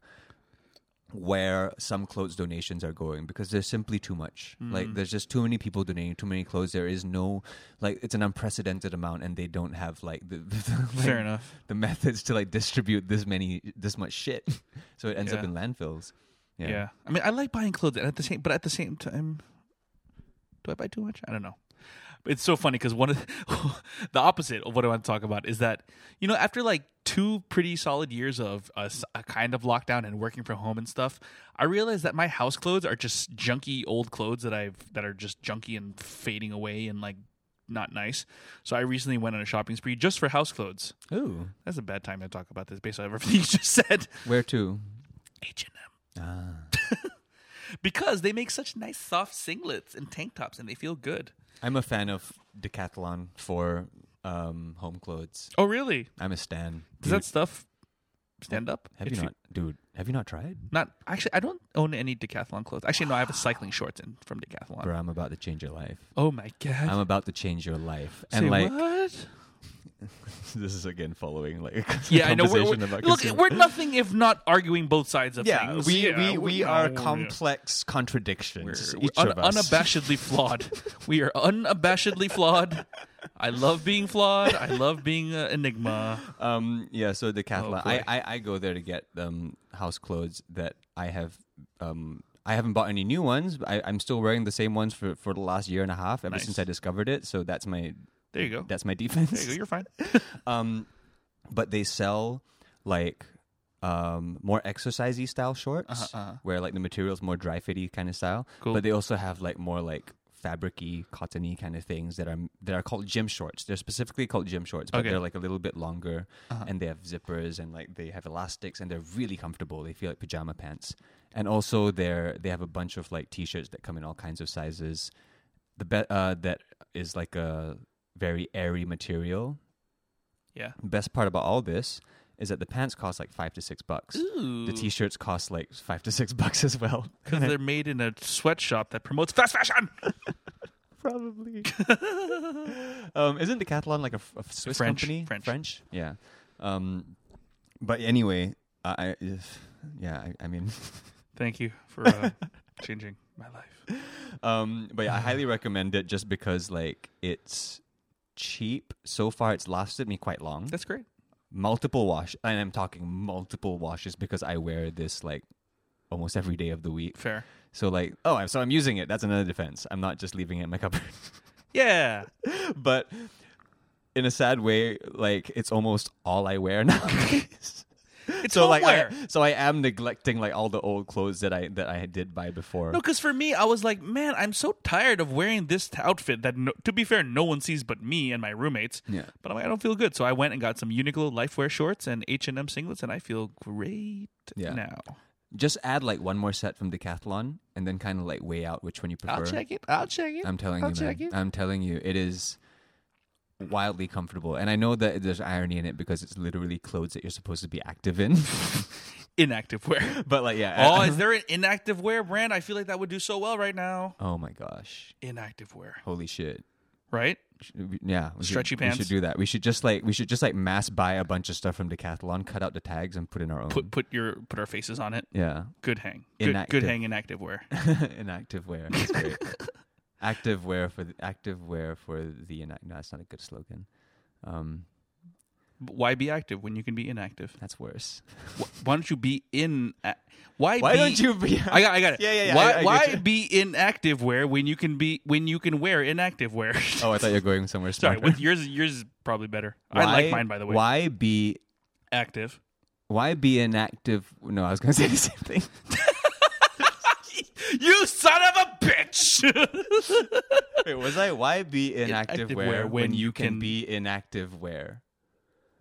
Speaker 2: where some clothes donations are going because there's simply too much.
Speaker 3: Hmm.
Speaker 2: Like there's just too many people donating too many clothes. There is no like it's an unprecedented amount, and they don't have like the, like,
Speaker 3: Fair enough.
Speaker 2: the methods to like distribute this many this much shit. so it ends up
Speaker 3: Yeah.
Speaker 2: in landfills.
Speaker 3: Yeah. I mean, I like buying clothes, and at the same, but at the same time, do I buy too much? I don't know. But It's so funny because one of the opposite of what I want to talk about is that you know after like two pretty solid years of a, s- a kind of lockdown and working from home and stuff, I realized that my house clothes are just junky old clothes that I've that are just junky and fading away and like not nice. So I recently went on a shopping spree just for house clothes.
Speaker 2: Ooh,
Speaker 3: That's a bad time to talk about this based on everything you just said.
Speaker 2: where to?
Speaker 3: H and M
Speaker 2: Ah.
Speaker 3: because they make such nice soft singlets and tank tops and they feel good.
Speaker 2: I'm a fan of Decathlon for um, home clothes.
Speaker 3: Oh, really?
Speaker 2: I'm a stan.
Speaker 3: Does
Speaker 2: dude.
Speaker 3: that stuff stand up?
Speaker 2: Have
Speaker 3: It
Speaker 2: you
Speaker 3: fe-
Speaker 2: not, dude? Have you not tried?
Speaker 3: Not actually. I don't own any Decathlon clothes. Actually, no. I have a cycling shorts in from Decathlon.
Speaker 2: Bro, I'm about to change your life.
Speaker 3: Oh my god!
Speaker 2: I'm about to change your life, and
Speaker 3: Say
Speaker 2: like
Speaker 3: what?
Speaker 2: this is again following like a
Speaker 3: Yeah, I know. We're,
Speaker 2: conversation
Speaker 3: we're-
Speaker 2: about
Speaker 3: look,
Speaker 2: consumer-
Speaker 3: we're nothing if not arguing both sides of
Speaker 2: yeah,
Speaker 3: things.
Speaker 2: we,
Speaker 3: Yeah,
Speaker 2: we, we are
Speaker 3: no,
Speaker 2: complex
Speaker 3: We're,
Speaker 2: contradictions.
Speaker 3: we're
Speaker 2: each
Speaker 3: un-
Speaker 2: of us.
Speaker 3: unabashedly flawed. We are unabashedly flawed. I love being flawed. I love being an enigma.
Speaker 2: Um, yeah, so
Speaker 3: Oh,
Speaker 2: Decathlon.
Speaker 3: boy.
Speaker 2: I, I I go there to get um house clothes that I have um I haven't bought any new ones. but I, I'm still wearing the same ones for, for the last year and a half ever
Speaker 3: Nice.
Speaker 2: since I discovered it. So that's my
Speaker 3: There you go.
Speaker 2: that's my defense.
Speaker 3: There you go. You're fine.
Speaker 2: Um, but they sell like um more exercisey style shorts
Speaker 3: Uh-huh, uh-huh.
Speaker 2: where like the material's more dry fitty kind of style.
Speaker 3: Cool.
Speaker 2: But they also have like more like fabricy, cottony kind of things that are that are called gym shorts. They're specifically called gym shorts, but
Speaker 3: Okay. Uh-huh.
Speaker 2: they're like a little bit longer and they have zippers and like they have elastics and they're really comfortable. They feel like pajama pants. And also they're they have a bunch of like t-shirts that come in all kinds of sizes. The be- uh that is like a very airy material
Speaker 3: Yeah.
Speaker 2: best part about all this is that the pants cost like five to six bucks.
Speaker 3: Ooh.
Speaker 2: The t-shirts cost like five to six bucks as well.
Speaker 3: Because they're made in a sweatshop that promotes fast fashion.
Speaker 2: Probably. um, isn't Decathlon like a, f- a Swiss
Speaker 3: French,
Speaker 2: company?
Speaker 3: French.
Speaker 2: Yeah. Um, but anyway, I, I if, yeah, I, I mean,
Speaker 3: Thank you for uh, changing my life.
Speaker 2: um, but yeah, I highly recommend it just because like it's cheap. So far, it's lasted me quite long.
Speaker 3: That's great.
Speaker 2: multiple wash, and I'm talking multiple washes because I wear this like almost every day of the week.
Speaker 3: Fair.
Speaker 2: So like, oh, I'm- so I'm using it. That's another defense. I'm not just leaving it in my cupboard.
Speaker 3: Yeah.
Speaker 2: but in a sad way, like it's almost all I wear now.
Speaker 3: It's
Speaker 2: so like, I,
Speaker 3: homeware.
Speaker 2: so I am neglecting like all the old clothes that I that I did buy before.
Speaker 3: No, because for me, I was like, man, I'm so tired of wearing this t- outfit that, no, to be fair, no one sees but me and my roommates.
Speaker 2: Yeah.
Speaker 3: But I'm like, I don't feel good, so I went and got some Uniqlo lifewear shorts and H and M singlets, and I feel great
Speaker 2: Yeah.
Speaker 3: now.
Speaker 2: Just add like one more set from Decathlon, and then kind of like weigh out which one you prefer.
Speaker 3: I'll check it. I'll check it.
Speaker 2: I'm telling
Speaker 3: I'll
Speaker 2: you,
Speaker 3: check
Speaker 2: man.
Speaker 3: it.
Speaker 2: I'm telling you, it is wildly comfortable. And I know that there's irony in it because it's literally clothes that you're supposed to be active in.
Speaker 3: Inactive wear.
Speaker 2: but like, yeah.
Speaker 3: oh,
Speaker 2: I-
Speaker 3: is there an inactive wear brand? I feel like that would do so well right now.
Speaker 2: oh my gosh!
Speaker 3: Inactive wear,
Speaker 2: Holy shit!
Speaker 3: right?
Speaker 2: We- Yeah, we should-
Speaker 3: Stretchy
Speaker 2: We
Speaker 3: pants.
Speaker 2: should do that. We should just like we should just like mass buy a bunch of stuff from Decathlon, cut out the tags, and put in our own.
Speaker 3: Put put your put our faces on it.
Speaker 2: yeah,
Speaker 3: Good hang. Good
Speaker 2: Mm-hmm. Inactive.
Speaker 3: good hang. Inactive wear.
Speaker 2: inactive wear. That's great. active wear for the, active wear for the inact. No, that's not a good slogan. Um,
Speaker 3: But Why be active when you can be inactive?
Speaker 2: that's worse.
Speaker 3: Wh- Why don't you be in? a- Why
Speaker 2: Why
Speaker 3: be-
Speaker 2: don't you be?
Speaker 3: I got, I got it.
Speaker 2: Yeah, yeah, yeah.
Speaker 3: Why,
Speaker 2: I- I get
Speaker 3: why
Speaker 2: you.
Speaker 3: be inactive wear when you can be when you can wear inactive wear?
Speaker 2: Oh, I thought you were going somewhere.
Speaker 3: Sorry,
Speaker 2: Smarter.
Speaker 3: with yours, yours is probably better. I like mine, by the way.
Speaker 2: Why be
Speaker 3: Active.
Speaker 2: why be inactive? No, I was going to say the same thing.
Speaker 3: You son of a bitch!
Speaker 2: Wait, was I? Why be inactive,
Speaker 3: Inactive
Speaker 2: where,
Speaker 3: where
Speaker 2: when, you can,
Speaker 3: can-
Speaker 2: be inactive where?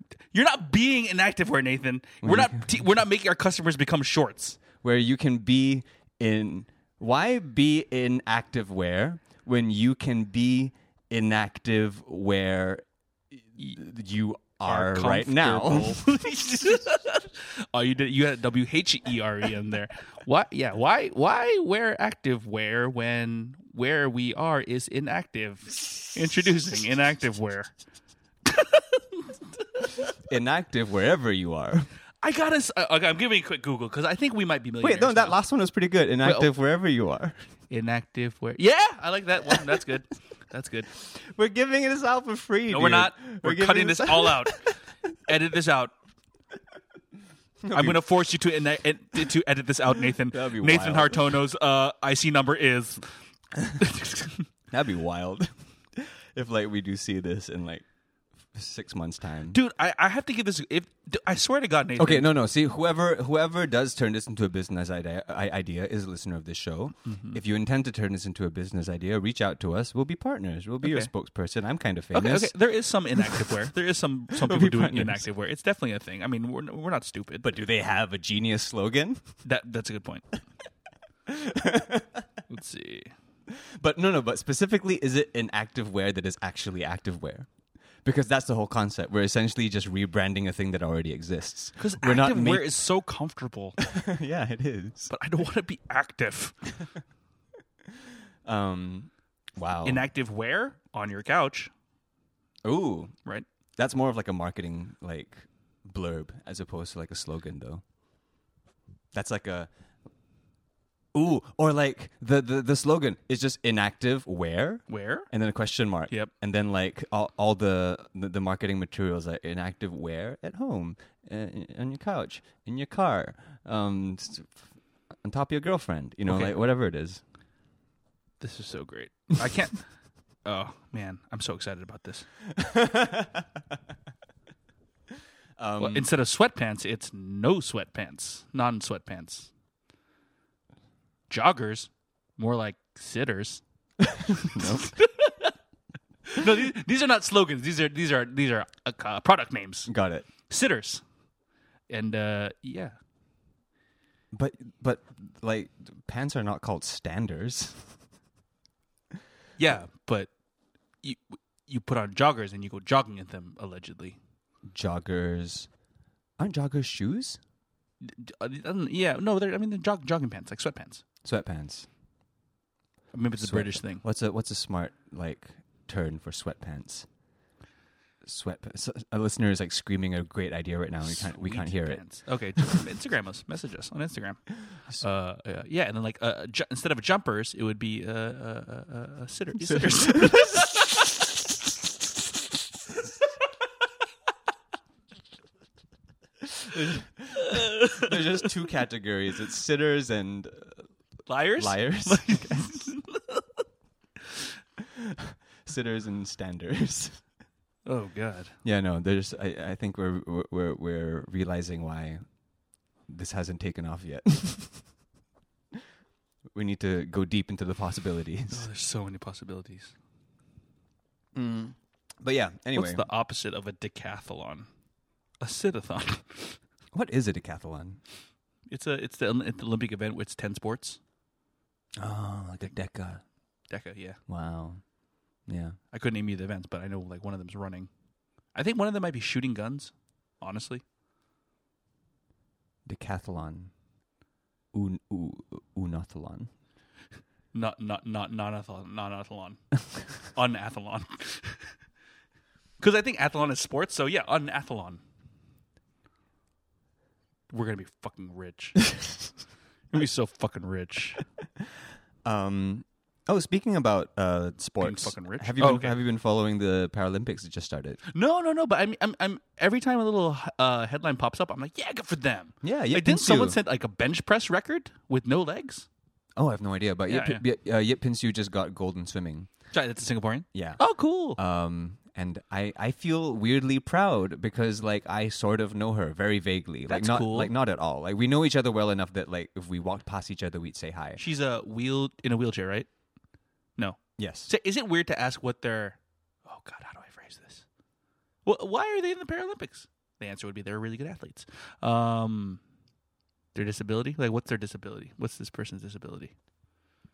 Speaker 3: You're not being inactive wear, Nathan. We're not. T- we're not making our customers become shorts.
Speaker 2: Where you can be in? Why be inactive where when you can be inactive where you are right now?
Speaker 3: comfortable. oh, you did. You had W H E R E in there. Why? Yeah. Why? Why wear active wear when where we are is inactive? Introducing inactive wear.
Speaker 2: inactive wherever you are.
Speaker 3: I gotta. s- uh, okay, I'm giving a quick Google because I think we might be millionaires.
Speaker 2: Wait, no, that
Speaker 3: now.
Speaker 2: last one was pretty good. Inactive wherever you are.
Speaker 3: inactive wear. Yeah, I like that one. That's good. That's good.
Speaker 2: We're giving this out for free.
Speaker 3: No, we're not. We're, cutting this all out. Edit this out. I'm going to force you to ina- ed- to edit this out, Nathan.
Speaker 2: That'd be
Speaker 3: Nathan
Speaker 2: wild.
Speaker 3: Hartono's uh, IC number is.
Speaker 2: That'd be wild. if like we do see this in like six months time.
Speaker 3: Dude, I, I have to give this. If d- I swear to God, Nathan.
Speaker 2: Okay, no, no. See, whoever whoever does turn this into a business idea, i- idea is a listener of this show.
Speaker 3: Mm-hmm.
Speaker 2: If you intend to turn this into a business idea, reach out to us. We'll be partners. We'll be your
Speaker 3: Okay.
Speaker 2: spokesperson. I'm kind of
Speaker 3: Okay,
Speaker 2: famous,
Speaker 3: okay, there is some inactive wear. There is some some
Speaker 2: We'll
Speaker 3: people
Speaker 2: be
Speaker 3: doing
Speaker 2: partners.
Speaker 3: inactive wear. It's definitely a thing. I mean, we're we're not stupid,
Speaker 2: but do they have a genius slogan?
Speaker 3: that that's a good point. Let's see.
Speaker 2: But no, no. But specifically, is it an active wear that is actually active wear? Because that's the whole concept. We're essentially just rebranding a thing that already exists.
Speaker 3: Because
Speaker 2: we're
Speaker 3: active
Speaker 2: ma-
Speaker 3: wear is so comfortable,
Speaker 2: yeah, it is.
Speaker 3: but I don't want to be active.
Speaker 2: Um, wow.
Speaker 3: Inactive wear on your couch,
Speaker 2: Ooh,
Speaker 3: right?
Speaker 2: That's more of like a marketing like blurb as opposed to like a slogan though. That's like a ooh or like the the, the slogan is just inactive where
Speaker 3: Where?
Speaker 2: and then a question mark.
Speaker 3: Yep.
Speaker 2: And then like all, all the, the the marketing materials like inactive where at home, uh, on your couch, in your car, um, s- on top of your girlfriend. You know,
Speaker 3: Okay.
Speaker 2: like whatever it is.
Speaker 3: This is so great. I can't. oh man, I'm so excited about this.
Speaker 2: Um,
Speaker 3: Well, instead of sweatpants, it's no sweatpants, non sweatpants. Joggers, more like sitters. no, these, these are not slogans. These are these are these are uh, co- product names.
Speaker 2: got it.
Speaker 3: Sitters, and uh, yeah,
Speaker 2: But but like pants are not called standards.
Speaker 3: yeah. But you you put on joggers and you go jogging in them allegedly.
Speaker 2: Joggers aren't joggers shoes?
Speaker 3: D- uh, Yeah, no, they're I mean they're jog, jogging pants like sweatpants.
Speaker 2: Sweatpants.
Speaker 3: Maybe it's a
Speaker 2: Sweat-
Speaker 3: British thing.
Speaker 2: What's a what's a smart like turn for sweatpants? Sweat. So a listener is like screaming a great idea right now. And we can't we can't hear it.
Speaker 3: it. Okay, just Instagram us, message us on Instagram. Uh, yeah, yeah, and then like uh, ju- instead of jumpers, it would be uh, uh, uh, uh, uh, sitter- sitters.
Speaker 2: There's just two categories. It's sitters and uh,
Speaker 3: liars.
Speaker 2: liars. sitters and standers.
Speaker 3: Oh God.
Speaker 2: Yeah, no. There's. I, I think we're we're we're realizing why this hasn't taken off yet. we need to go deep into the
Speaker 3: Oh,
Speaker 2: possibilities.
Speaker 3: there's so many possibilities.
Speaker 2: Mm. But yeah. Anyway,
Speaker 3: What's the opposite of a decathlon? A sit-a-thon.
Speaker 2: what is a decathlon?
Speaker 3: It's a it's the, Olymp- it's the Olympic event. Where it's ten sports.
Speaker 2: Oh, like a deca.
Speaker 3: Deca, yeah.
Speaker 2: Wow. Yeah.
Speaker 3: I couldn't name you the events, but I know like one of them's running. I think one of them might be shooting guns. Honestly,
Speaker 2: Decathlon. Un, u, unathlon.
Speaker 3: not not not non-athlon, non-athlon, unathlon. Because I think athlon is sports, so yeah, unathlon. We're gonna be fucking rich. We're gonna be so fucking rich.
Speaker 2: Um. Oh, speaking about uh, sports,
Speaker 3: fucking rich?
Speaker 2: have you
Speaker 3: Oh,
Speaker 2: been,
Speaker 3: okay.
Speaker 2: have you been following the Paralympics that just started?
Speaker 3: No, no, no. But I'm, I'm, I'm every time a little uh, headline pops up, I'm like, yeah, good for them.
Speaker 2: Yeah, yeah,
Speaker 3: Like,
Speaker 2: good
Speaker 3: didn't someone
Speaker 2: too.
Speaker 3: set like a bench press record with no legs?
Speaker 2: Oh, I have no idea. But
Speaker 3: Yeah,
Speaker 2: Yip, Yip- uh, Yip Pinsu just got gold in swimming.
Speaker 3: Sorry, that's a Singaporean.
Speaker 2: Yeah.
Speaker 3: Oh, cool.
Speaker 2: Um, and I, I feel weirdly proud because like I sort of know her very vaguely. like
Speaker 3: That's
Speaker 2: not
Speaker 3: cool.
Speaker 2: like not at all. Like we know each other well enough that like if we walked past each other we'd say hi.
Speaker 3: She's a wheel in a wheelchair, right? No.
Speaker 2: Yes.
Speaker 3: So is it weird to ask what their? Oh God, how do I phrase this? Well, why are they in the Paralympics? The answer would be they're really good athletes. Um, their disability, like what's their disability? What's this person's disability?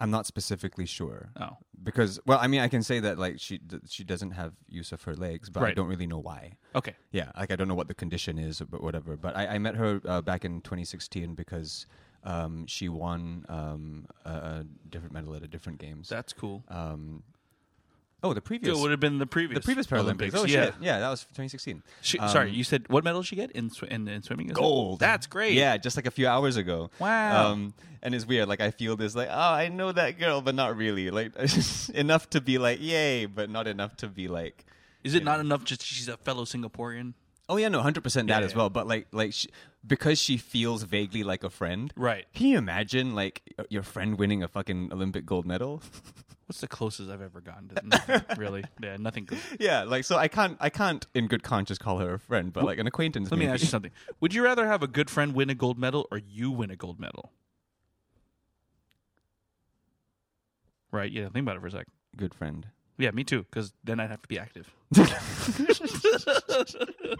Speaker 2: I'm not specifically sure.
Speaker 3: Oh,
Speaker 2: because well i mean i can say that like she d- she doesn't have use of her legs but i
Speaker 3: Right.
Speaker 2: don't really know why
Speaker 3: okay.
Speaker 2: yeah like i don't know what the condition is but whatever but i, I met her uh, back in 2016 because um, she won um, a, a different medal at a different games
Speaker 3: That's cool.
Speaker 2: um, oh the previous
Speaker 3: It would have been the
Speaker 2: the
Speaker 3: previous
Speaker 2: previous paralympics oh shit yeah that was 2016
Speaker 3: She,
Speaker 2: Um,
Speaker 3: sorry, you said what medal did she get in sw- in, in swimming? is it?
Speaker 2: gold.
Speaker 3: That's great.
Speaker 2: Yeah, just like a few hours ago.
Speaker 3: Wow.
Speaker 2: Um, and it's weird. Like I feel this, like oh, I know that girl, but not really. Like enough to be like yay, but not enough to be like.
Speaker 3: Is it not enough? Just she's a fellow Singaporean.
Speaker 2: Oh yeah, no, hundred percent that
Speaker 3: Yeah,
Speaker 2: as
Speaker 3: yeah.
Speaker 2: well. But like, like she, because she feels vaguely like a friend.
Speaker 3: Right.
Speaker 2: Can you imagine like y- your friend winning a fucking Olympic gold medal?
Speaker 3: What's the closest I've ever gotten to nothing, really? Yeah, nothing. Good.
Speaker 2: yeah, like so I can't, I can't in good conscience call her a friend, but like an acquaintance.
Speaker 3: Let me
Speaker 2: maybe.
Speaker 3: ask you something. Would you rather have a good friend win a gold medal or you win a gold medal? Right. Yeah. Think about it for a sec.
Speaker 2: Good friend.
Speaker 3: Yeah, me too. Because then I'd have to be active.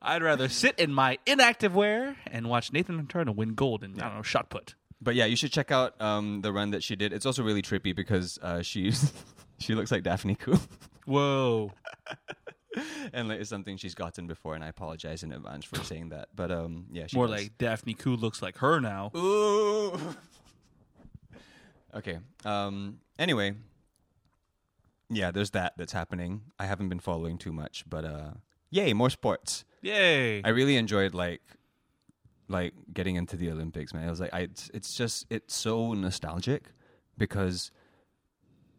Speaker 3: I'd rather sit in my inactive wear and watch Nathan Antarna win gold in I don't know shot put.
Speaker 2: But yeah, you should check out um, the run that she did. It's also really trippy because uh, she she looks like Daphne Koo,
Speaker 3: Whoa.
Speaker 2: and like it's something she's gotten before, and I apologize in advance for saying that. But um, yeah, she
Speaker 3: More
Speaker 2: does.
Speaker 3: like Daphne Koo looks like her now.
Speaker 2: ooh. okay. Um. Anyway, yeah, there's that that's happening. I haven't been following too much, but uh, yay, more sports.
Speaker 3: Yay!
Speaker 2: I really enjoyed like like getting into the Olympics, man. It was like I it's, it's just it's so nostalgic because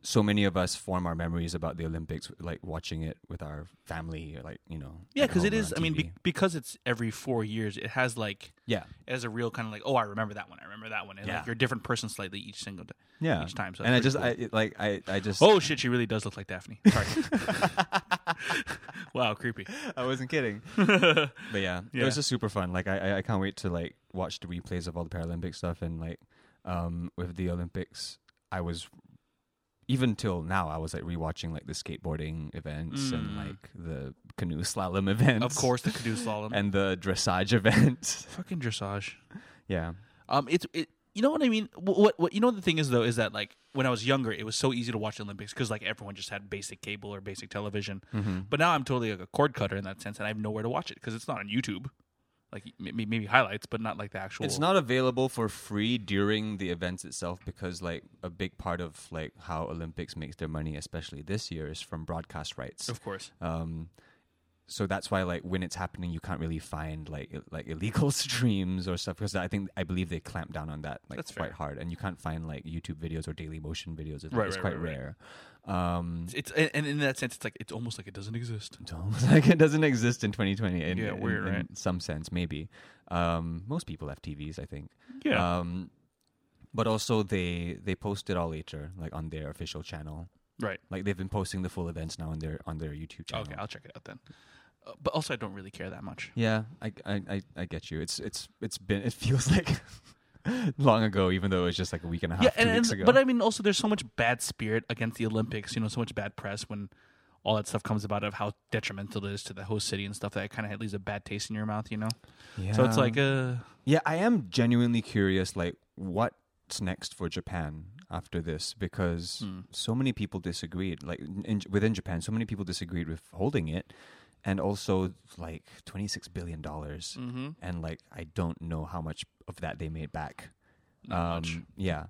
Speaker 2: so many of us form our memories about the Olympics like watching it with our family or like, you know.
Speaker 3: yeah,
Speaker 2: at
Speaker 3: because it
Speaker 2: home or
Speaker 3: is.
Speaker 2: on
Speaker 3: I mean,
Speaker 2: TV.
Speaker 3: be, because it's every four years, it has like
Speaker 2: yeah.
Speaker 3: it has a real kind of like, oh, I remember that one. I remember that one. And
Speaker 2: Yeah.
Speaker 3: like you're a different person slightly each single day.
Speaker 2: Yeah.
Speaker 3: Each time, so
Speaker 2: and I
Speaker 3: that's
Speaker 2: just I
Speaker 3: pretty
Speaker 2: it, like I I just
Speaker 3: Oh shit, she really does look like Daphne. Sorry. wow, creepy.
Speaker 2: I wasn't kidding. but yeah, it
Speaker 3: Yeah.
Speaker 2: was just super fun. Like I, I, I can't wait to like watch the replays of all the Paralympic stuff and like um with the Olympics, I was even till now I was like rewatching like the skateboarding events and like the canoe slalom events,
Speaker 3: Of course, the Caduce slalom
Speaker 2: and the dressage events.
Speaker 3: fucking dressage.
Speaker 2: yeah,
Speaker 3: Um, it's it. You know what I mean? Wh- What what you know the thing is though is that like when I was younger, it was so easy to watch the Olympics because like everyone just had basic cable or basic television.
Speaker 2: Mm-hmm.
Speaker 3: But now I'm totally like a cord cutter in that sense, and I have nowhere to watch it because it's not on YouTube. Like m- m- maybe highlights, but not like the actual.
Speaker 2: it's not available for free during the events itself because like a big part of like how Olympics makes their money, especially this year, is from broadcast rights.
Speaker 3: of course.
Speaker 2: um so that's why like when it's happening you can't really find like i- like illegal streams or stuff because i think i believe they clamp down on that like
Speaker 3: That's
Speaker 2: quite
Speaker 3: fair.
Speaker 2: hard and you can't find like youtube videos or daily motion videos it's,
Speaker 3: Right,
Speaker 2: it's
Speaker 3: right,
Speaker 2: quite
Speaker 3: right, right.
Speaker 2: rare
Speaker 3: It's and and in that sense, it's like it's almost like it doesn't exist.
Speaker 2: It's almost like it doesn't exist in 2020 in,
Speaker 3: Yeah,
Speaker 2: in-
Speaker 3: weird,
Speaker 2: in
Speaker 3: right?
Speaker 2: some sense maybe um most people have tvs i think
Speaker 3: Yeah.
Speaker 2: um but also they they post it all later like on their official channel
Speaker 3: right.
Speaker 2: like they've been posting the full events now on their on their youtube channel
Speaker 3: Okay, I'll check it out then. Uh, but also, I don't really care that much.
Speaker 2: Yeah, I, I, I, I get you. It's it's it's been it feels like long ago, even though it was just like a week and a half,
Speaker 3: yeah,
Speaker 2: two
Speaker 3: and,
Speaker 2: weeks
Speaker 3: and
Speaker 2: ago.
Speaker 3: but I mean, also there's so much bad spirit against the Olympics. You know, so much bad press when all that stuff comes about of how detrimental it is to the host city and stuff. That kind of leaves a bad taste in your mouth. You know,
Speaker 2: yeah.
Speaker 3: so it's like, uh,
Speaker 2: yeah, I am genuinely curious, like what's next for Japan after this, because
Speaker 3: Hmm.
Speaker 2: so many people disagreed. Like in, within Japan, so many people disagreed with holding it, and also like twenty six billion dollars,
Speaker 3: Mm-hmm.
Speaker 2: and like I don't know how much of that they made back. Um,
Speaker 3: Not much.
Speaker 2: Yeah.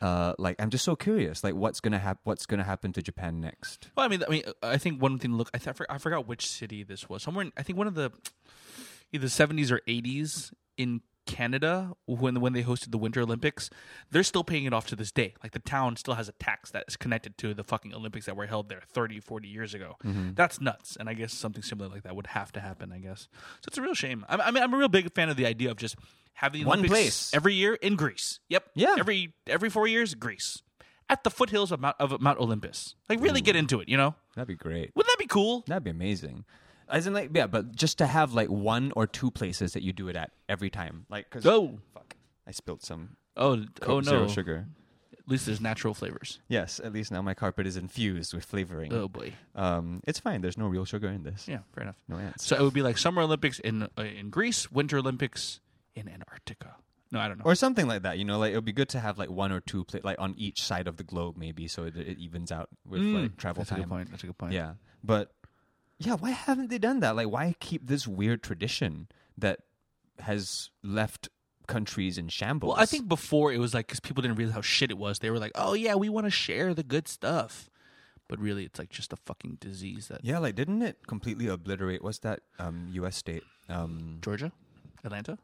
Speaker 2: Uh, like I'm just so curious, like what's gonna hap- what's gonna happen to Japan next?
Speaker 3: well, I mean, I mean, I think one thing. to Look, I, th- I for- I forgot which city this was. Somewhere, in, I think one of the either 70s or 80s in Canada when when they hosted the Winter Olympics. They're still paying it off to this day. Like the town still has a tax that is connected to the fucking Olympics that were held there 30, 40 years ago.
Speaker 2: Mm-hmm.
Speaker 3: That's nuts. And I guess something similar like that would have to happen. I guess so. It's a real shame. I, I mean, I'm a real big fan of the idea of just having the
Speaker 2: One
Speaker 3: Olympics
Speaker 2: place.
Speaker 3: every year in Greece. Yep.
Speaker 2: Yeah.
Speaker 3: Every every four years, Greece. At the foothills of Mount, of Mount Olympus. Like, really get into it, you know?
Speaker 2: That'd be great.
Speaker 3: Wouldn't that be cool?
Speaker 2: That'd be amazing. As in, like, yeah, but just to have like one or two places that you do it at every time, like, cause
Speaker 3: Oh.
Speaker 2: fuck, I spilled some
Speaker 3: Oh, oh
Speaker 2: Coke
Speaker 3: no.
Speaker 2: zero sugar.
Speaker 3: At least there's natural flavors.
Speaker 2: Yes, at least now my carpet is infused with flavoring.
Speaker 3: Oh, boy.
Speaker 2: Um, it's fine. There's no real sugar in this.
Speaker 3: Yeah, fair enough.
Speaker 2: No ants.
Speaker 3: So it would be like Summer Olympics in uh, in Greece, Winter Olympics in Antarctica. No, I don't know.
Speaker 2: Or something like that, you know. Like it would be good to have like one or two, pla- like on each side of the globe, maybe, so it, it evens out with like travel
Speaker 3: Mm, That's a
Speaker 2: time.
Speaker 3: good point. That's a good point.
Speaker 2: Yeah, but yeah, why haven't they done that? Like, why keep this weird tradition that has left countries in shambles?
Speaker 3: Well, I think before it was like because people didn't realize how shit it was. They were like, "Oh yeah, we want to share the good stuff," but really, it's like just a fucking disease that
Speaker 2: Yeah, like didn't it completely obliterate? What's that um, U.S. state? Um,
Speaker 3: Georgia, Atlanta,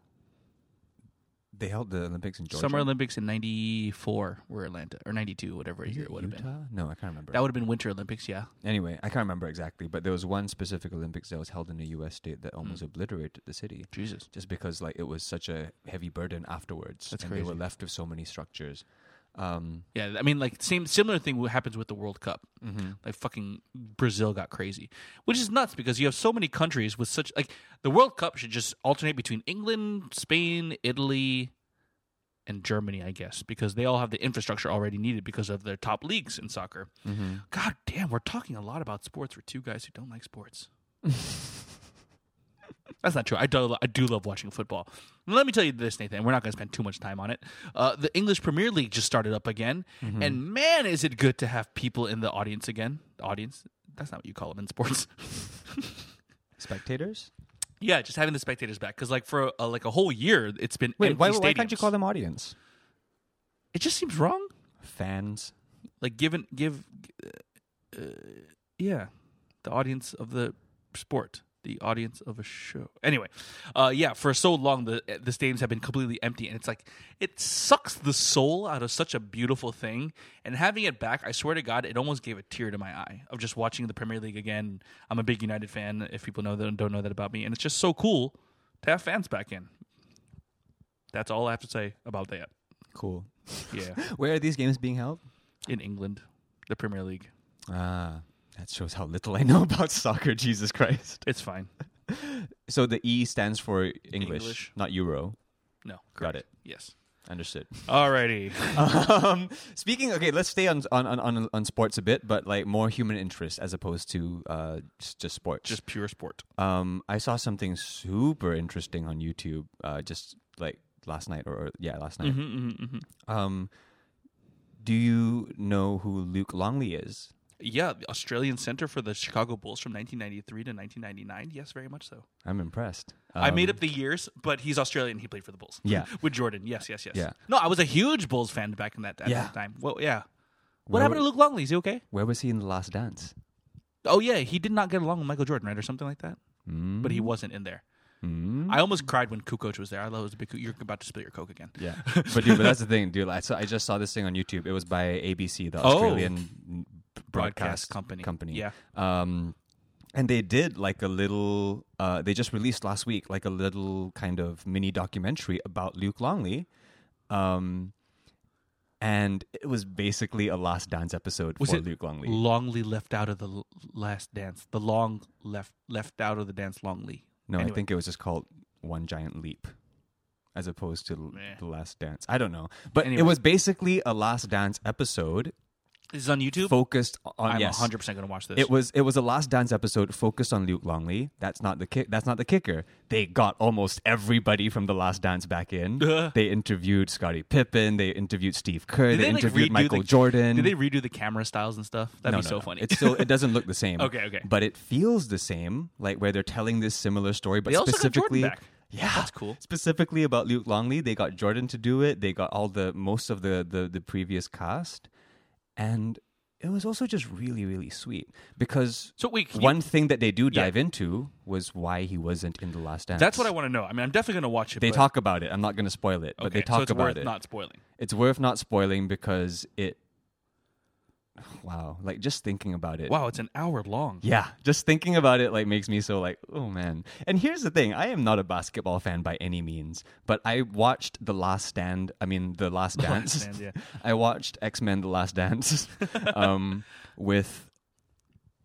Speaker 2: they held the Olympics in Georgia.
Speaker 3: Summer Olympics in '94 were Atlanta or '92, whatever year it would have been.
Speaker 2: Utah? No, I can't remember.
Speaker 3: That would have been Winter Olympics, yeah.
Speaker 2: anyway, I can't remember exactly, but there was one specific Olympics that was held in a U.S. state that almost obliterated the city,
Speaker 3: Jesus,
Speaker 2: just because like it was such a heavy burden afterwards,
Speaker 3: That's
Speaker 2: and they were
Speaker 3: crazy.
Speaker 2: left with so many structures. Um,
Speaker 3: yeah. I mean, like same similar thing what happens with the World Cup. Like fucking Brazil got crazy, which is nuts because you have so many countries with such like the World Cup should just alternate between England, Spain, Italy, and Germany, I guess, because they all have the infrastructure already needed because of their top leagues in soccer. God damn, we're talking a lot about sports for two guys who don't like sports. That's not true. I do, I do love watching football. Let me tell you this, Nathan. and We're not going to spend too much time on it. Uh, the English Premier League just started up again,
Speaker 2: Mm-hmm.
Speaker 3: and man, is it good to have people in the audience again. The audience? That's not what you call them in sports.
Speaker 2: spectators?
Speaker 3: yeah, just having the spectators back because, like, for a, like a whole year, it's been
Speaker 2: Wait,
Speaker 3: empty
Speaker 2: why, why can't you
Speaker 3: stadiums.
Speaker 2: call them audience?
Speaker 3: It just seems wrong.
Speaker 2: Fans.
Speaker 3: Like, given give uh, yeah, the audience of the sport, the audience of a show. Anyway, uh, yeah, for so long the the stadiums have been completely empty, and it's like it sucks the soul out of such a beautiful thing. And having it back, I swear to God, it almost gave a tear to my eye of just watching the Premier League again. I'm a big United fan. If people know that and don't know that about me, and it's just so cool to have fans back in. That's all I have to say about that.
Speaker 2: Cool.
Speaker 3: Yeah,
Speaker 2: Where are these games being held?
Speaker 3: in England, the Premier League,
Speaker 2: Ah, that shows how little I know about soccer. Jesus Christ.
Speaker 3: it's fine.
Speaker 2: So the E stands for English,
Speaker 3: English.
Speaker 2: not Euro.
Speaker 3: No,
Speaker 2: Got it.
Speaker 3: Yes.
Speaker 2: Understood.
Speaker 3: Alrighty.
Speaker 2: um, speaking, okay, let's stay on, on on- on on sports a bit, but like more human interest as opposed to uh, just, just sports.
Speaker 3: just pure sport.
Speaker 2: um, I saw something super interesting on YouTube uh, just like last night or, or yeah, last
Speaker 3: Mm-hmm,
Speaker 2: night. Um, do you know who Luke Longley is?
Speaker 3: Yeah, the Australian center for the Chicago Bulls from 1993 to 1999. Yes, very much so.
Speaker 2: I'm impressed.
Speaker 3: I
Speaker 2: Um,
Speaker 3: made up the years, but he's Australian. He played for the Bulls.
Speaker 2: Yeah.
Speaker 3: with Jordan. Yes, yes, yes.
Speaker 2: Yeah.
Speaker 3: No, I was a huge Bulls fan back in that at
Speaker 2: Yeah.
Speaker 3: that time. Well, yeah. What
Speaker 2: Where
Speaker 3: happened to
Speaker 2: were-
Speaker 3: Luke Longley? Is he okay?
Speaker 2: Where was he in the Last Dance?
Speaker 3: Oh yeah, he did not get along with Michael Jordan, right, or something like that.
Speaker 2: Mm.
Speaker 3: But he wasn't in there. I almost cried when Kukoc was there. I thought it was a big. You're about to spill your coke again.
Speaker 2: Yeah, but dude, but that's the thing, dude. Like, so I just saw this thing on YouTube. It was by ABC, the Australian broadcast,
Speaker 3: Oh. company.
Speaker 2: Company,
Speaker 3: Yeah.
Speaker 2: Um, and they did like a little. Uh, they just released last week like a little kind of mini documentary about Luke Longley. Um, and it was basically a Last Dance episode
Speaker 3: Was
Speaker 2: for
Speaker 3: it
Speaker 2: Luke Longley.
Speaker 3: Longley left out of the l- last dance. The long left left out of the dance. Longley.
Speaker 2: no, I
Speaker 3: Anyway.
Speaker 2: think it was just called One Giant Leap. As opposed to l-
Speaker 3: Meh.
Speaker 2: the Last Dance, I don't know, but
Speaker 3: Anyway.
Speaker 2: it was basically a Last Dance episode
Speaker 3: This is on YouTube.
Speaker 2: focused on
Speaker 3: I'm
Speaker 2: yes,
Speaker 3: 100 percent going to watch this.
Speaker 2: It was it was a Last Dance episode focused on Luke Longley. That's not the ki- that's not the kicker. They got almost everybody from the Last Dance back in.
Speaker 3: Uh.
Speaker 2: they interviewed Scottie Pippen. They interviewed Steve Kerr. They,
Speaker 3: like,
Speaker 2: interviewed
Speaker 3: redo
Speaker 2: Michael
Speaker 3: the-
Speaker 2: Jordan.
Speaker 3: Did they redo the camera styles and stuff? That'd be so funny.
Speaker 2: It still it doesn't look the same.
Speaker 3: Okay, okay.
Speaker 2: But it feels the same, like where they're telling this similar story, but
Speaker 3: They also got Jordan
Speaker 2: specifically.
Speaker 3: back.
Speaker 2: Yeah,
Speaker 3: That's cool.
Speaker 2: Specifically about Luke Longley, they got Jordan to do it. They got all the most of the the, the previous cast, and it was also just really really sweet because
Speaker 3: So wait, can you-
Speaker 2: one thing that they do dive into was why he wasn't in the Last Dance.
Speaker 3: That's what I want to know. I mean, I'm definitely going to watch it.
Speaker 2: They
Speaker 3: but,
Speaker 2: talk about it. I'm not going to spoil it, but
Speaker 3: okay,
Speaker 2: they talk
Speaker 3: so it's
Speaker 2: about
Speaker 3: worth
Speaker 2: it
Speaker 3: Not spoiling.
Speaker 2: it's worth not spoiling because it wow like just thinking about it
Speaker 3: Wow, it's an hour long.
Speaker 2: yeah just thinking about it like makes me so like oh man and here's the thing i am not a basketball fan by any means but i watched the last stand i mean the last dance
Speaker 3: Stand, yeah.
Speaker 2: i watched x-men the last dance um, with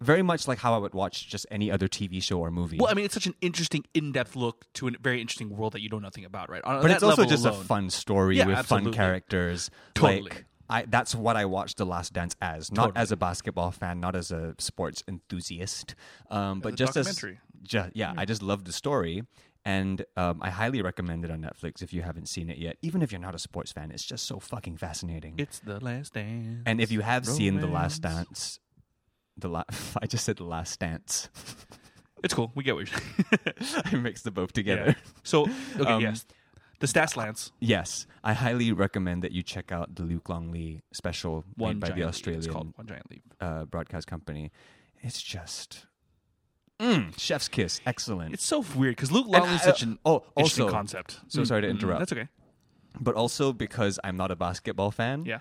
Speaker 2: very much like how i would watch just any other tv show or movie
Speaker 3: Well, I mean, it's such an interesting, in-depth look to a very interesting world that you know nothing about, right? On
Speaker 2: but
Speaker 3: Oh, that
Speaker 2: it's also
Speaker 3: level
Speaker 2: just
Speaker 3: alone.
Speaker 2: a fun story
Speaker 3: Yeah,
Speaker 2: with
Speaker 3: absolutely.
Speaker 2: fun characters.
Speaker 3: Totally.
Speaker 2: Like I, that's what I watched The Last Dance as, not
Speaker 3: Totally.
Speaker 2: as a basketball fan, not as a sports enthusiast, um, but
Speaker 3: a
Speaker 2: just as
Speaker 3: documentary. Hmm.
Speaker 2: ju- yeah, I just love the story, and um, I highly recommend it on Netflix if you haven't seen it yet. Even if you're not a sports fan, it's just so fucking fascinating.
Speaker 3: It's the last dance.
Speaker 2: and if you have seen The Last
Speaker 3: romance.
Speaker 2: Dance, the la- I just said The Last Dance.
Speaker 3: it's cool. We get what you're saying.
Speaker 2: I mixed the both together.
Speaker 3: yeah. So, okay,
Speaker 2: Um,
Speaker 3: yes, the stats lance.
Speaker 2: Yes, I highly recommend that you check out the Luke Longley special
Speaker 3: One
Speaker 2: made by
Speaker 3: giant
Speaker 2: the
Speaker 3: leap. It's called
Speaker 2: Australian
Speaker 3: one giant leap.
Speaker 2: uh, broadcast company. It's just mm, chef's kiss, excellent.
Speaker 3: It's so weird because Luke
Speaker 2: Hmm. And
Speaker 3: Longley's
Speaker 2: I-
Speaker 3: such an
Speaker 2: oh,
Speaker 3: interesting
Speaker 2: also,
Speaker 3: concept.
Speaker 2: so sorry to
Speaker 3: Mm, mm,
Speaker 2: interrupt.
Speaker 3: That's okay.
Speaker 2: But also because I'm not a basketball fan.
Speaker 3: Yeah.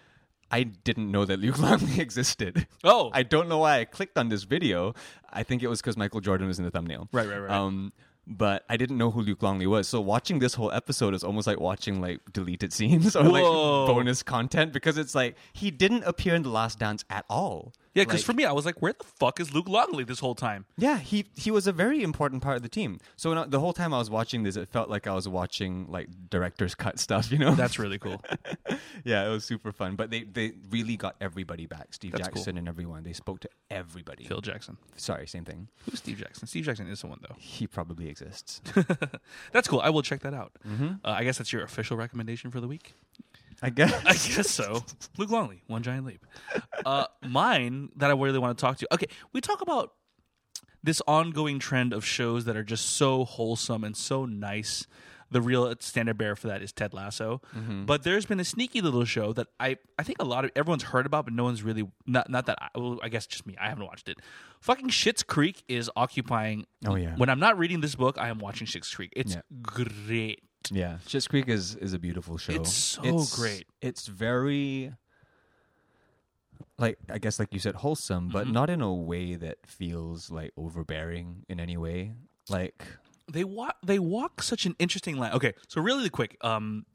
Speaker 2: I didn't know that Luke Longley existed.
Speaker 3: Oh.
Speaker 2: I don't know why I clicked on this video. I think it was because Michael Jordan was in the thumbnail.
Speaker 3: Right, right, right.
Speaker 2: Um, but I didn't know who Luke Longley was. So watching this whole episode is almost like watching like deleted scenes or like
Speaker 3: Whoa.
Speaker 2: bonus content because it's like he didn't appear in The Last Dance at all.
Speaker 3: Yeah, because
Speaker 2: Like-
Speaker 3: for me, I was like, where the fuck is Luke Longley this whole time?
Speaker 2: yeah, he he was a very important part of the team. So when I- the whole time I was watching this, it felt like I was watching like director's cut stuff, you know?
Speaker 3: That's really cool.
Speaker 2: yeah, it was super fun. But they, they really got everybody back. Steve
Speaker 3: That's cool.
Speaker 2: Jackson and everyone. They spoke to everybody.
Speaker 3: Phil Jackson.
Speaker 2: Sorry, same thing.
Speaker 3: Who's Steve Jackson? Steve Jackson is someone though.
Speaker 2: He probably exists.
Speaker 3: That's cool. I will check that out.
Speaker 2: Mm-hmm.
Speaker 3: Uh, I guess that's your official recommendation for the week.
Speaker 2: I guess.
Speaker 3: I guess so. Luke Longley, One Giant Leap. Uh, mine that I really want to talk to. Okay, we talk about this ongoing trend of shows that are just so wholesome and so nice the real standard bearer for that is Ted Lasso.
Speaker 2: Mm-hmm.
Speaker 3: But there's been a sneaky little show that I I think a lot of everyone's heard about, but no one's really not not that I, well, I guess just me. I haven't watched it. Fucking Shit's Creek is occupying.
Speaker 2: Oh, yeah.
Speaker 3: When I'm not reading this book, I am watching Shit's Creek. It's
Speaker 2: Yeah.
Speaker 3: great.
Speaker 2: Yeah, Schitt's Creek is is a beautiful show.
Speaker 3: It's so great.
Speaker 2: It's very like I guess like you said wholesome,
Speaker 3: Mm-hmm.
Speaker 2: but not in a way that feels like overbearing in any way. Like
Speaker 3: they walk they walk such an interesting line. Okay, so really quick, um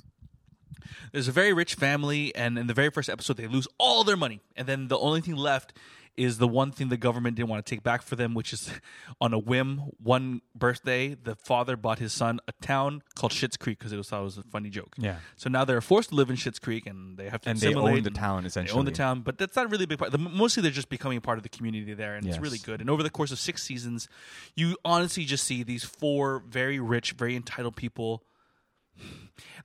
Speaker 3: there's a very rich family and in the very first episode they lose all their money and then the only thing left is the one thing the government didn't want to take back for them which is on a whim one birthday the father bought his son a town called Shits Creek because it was thought it was a funny joke.
Speaker 2: Yeah.
Speaker 3: So now they're forced to live in Shits Creek and they have to
Speaker 2: And they own
Speaker 3: assimilate
Speaker 2: the
Speaker 3: and
Speaker 2: town,
Speaker 3: They own the
Speaker 2: essentially.
Speaker 3: town town, Um, but that's not really a big part. The, mostly they're just becoming a part of the community there, and it's
Speaker 2: Yes.
Speaker 3: really good. And over the course of six seasons, you honestly just see these four very rich, very entitled people.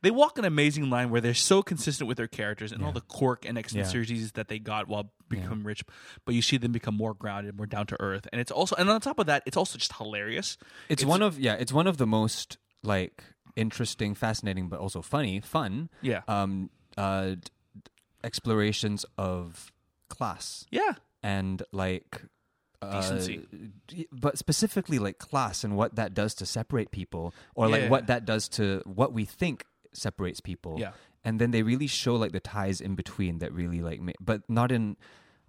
Speaker 3: They walk an amazing line where they're so consistent with their characters and all the quirk and eccentricities that they got while becoming rich, but you see them become more grounded, more down to earth, and it's also and on top of that, it's also just hilarious.
Speaker 2: it's, one of yeah, it's one of the most like interesting, fascinating, but also funny, fun.
Speaker 3: Yeah.
Speaker 2: Um. Uh. d- d- explorations of class
Speaker 3: Yeah,
Speaker 2: and like uh,
Speaker 3: Decency.
Speaker 2: d- but specifically like class and what that does to separate people or like
Speaker 3: Yeah.
Speaker 2: what that does to what we think separates people
Speaker 3: Yeah.
Speaker 2: and then they really show like the ties in between that really like ma- but not in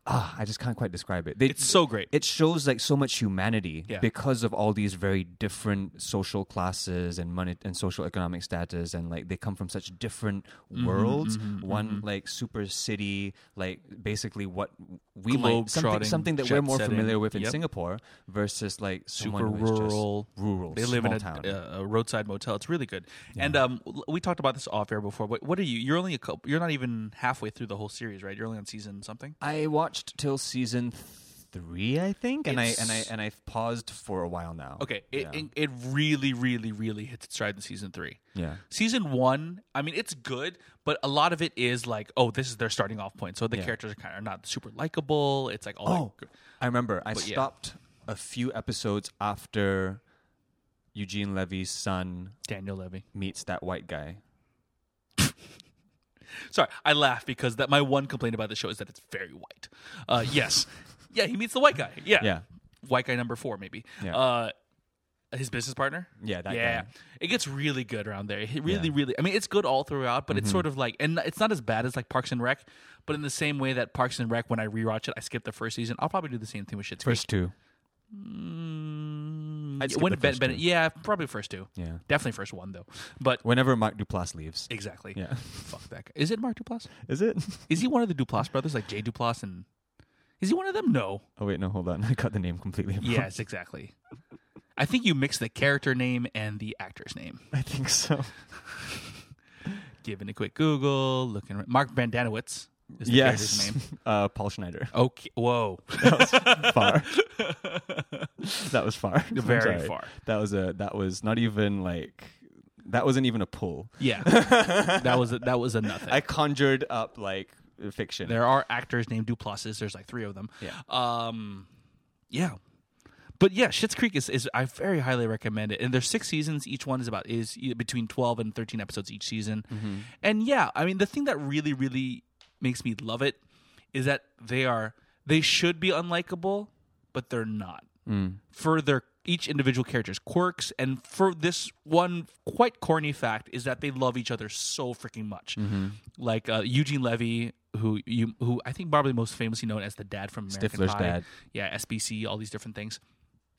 Speaker 2: ah i just can't quite describe it they,
Speaker 3: it's so great.
Speaker 2: it shows like so much humanity
Speaker 3: Yeah.
Speaker 2: because of all these very different social classes and money and social economic status and like they come from such different
Speaker 3: Mm-hmm,
Speaker 2: worlds one like super city like basically what we might something,
Speaker 3: Globe-trotting,
Speaker 2: something that
Speaker 3: jet
Speaker 2: we're more
Speaker 3: setting.
Speaker 2: familiar with in
Speaker 3: Yep.
Speaker 2: singapore versus like someone
Speaker 3: super
Speaker 2: who is just
Speaker 3: rural,
Speaker 2: rural
Speaker 3: They live in
Speaker 2: small
Speaker 3: a, uh,
Speaker 2: town
Speaker 3: a- a roadside motel. It's really good. And um, l- we talked about this off air before. But what are you? You're only a couple. You're not even halfway through the whole series, right? You're only on season something.
Speaker 2: i watched till season three i think and i and i
Speaker 3: It's-
Speaker 2: and i paused for a while now
Speaker 3: Okay, it,
Speaker 2: yeah,
Speaker 3: it it really, really, really hits its stride in season three.
Speaker 2: yeah.
Speaker 3: Season one, I mean, it's good, but a lot of it is like, oh, this is their starting off point. So the characters are kind of not super likable. It's like,
Speaker 2: Oh,
Speaker 3: oh,
Speaker 2: I remember. I
Speaker 3: yeah.
Speaker 2: stopped a few episodes after Eugene Levy's son
Speaker 3: Daniel Levy.
Speaker 2: meets that white guy.
Speaker 3: Sorry, I laugh because that my one complaint about the show is that it's very white. Uh, yes, yeah, he meets the white guy. Yeah,
Speaker 2: Yeah.
Speaker 3: white guy number four, maybe.
Speaker 2: Yeah.
Speaker 3: Uh, his business partner.
Speaker 2: Yeah, that
Speaker 3: yeah.
Speaker 2: guy.
Speaker 3: It gets really good around there. It really, really. I mean, it's good all throughout,
Speaker 2: Mm-hmm.
Speaker 3: but it's sort of like, and it's not as bad as like Parks and Rec. But in the same way that Parks and Rec, when I rewatch it, I skip the first season. I'll probably do the same thing with Shit's Creek.
Speaker 2: First two.
Speaker 3: Mm,
Speaker 2: I'd skip
Speaker 3: when
Speaker 2: the
Speaker 3: Ben,
Speaker 2: first
Speaker 3: Ben,
Speaker 2: two.
Speaker 3: yeah, probably first two.
Speaker 2: Yeah.
Speaker 3: definitely first one though. But
Speaker 2: Whenever Mark Duplass leaves.
Speaker 3: exactly.
Speaker 2: Yeah.
Speaker 3: Fuck that guy. Is it Mark Duplass?
Speaker 2: Is it?
Speaker 3: Is he one of the Duplass brothers, like Jay Duplass and? Is he one of them? No.
Speaker 2: Oh wait, no, hold on. I got the name completely. wrong.
Speaker 3: Yes, exactly. I think you mix the character name and the actor's name.
Speaker 2: I think so.
Speaker 3: Giving a quick Google, looking. ar- Mark Bandanowitz is the
Speaker 2: yes.
Speaker 3: character's name.
Speaker 2: Uh, Paul Schneider.
Speaker 3: Okay. Whoa.
Speaker 2: far. that was far. I'm
Speaker 3: Very
Speaker 2: sorry.
Speaker 3: far.
Speaker 2: That was a. That was not even like. That wasn't even a pull.
Speaker 3: Yeah. that was a, that was a nothing.
Speaker 2: I conjured up like fiction.
Speaker 3: there are actors named Duplasses. There's like three of them.
Speaker 2: Yeah.
Speaker 3: Um, yeah. But yeah, Schitt's Creek is, is I very highly recommend it. And there's six seasons. Each one is about is between twelve and thirteen episodes each season.
Speaker 2: Mm-hmm.
Speaker 3: And yeah, I mean the thing that really really makes me love it is that they are they should be unlikable, but they're not
Speaker 2: Mm.
Speaker 3: for their each individual character's quirks and for this one quite corny fact is that they love each other so freaking much
Speaker 2: Mm-hmm.
Speaker 3: like uh, eugene levy who you who i think probably most famously known as the dad from American
Speaker 2: Stifler's
Speaker 3: Pie.
Speaker 2: dad.
Speaker 3: yeah sbc all these different things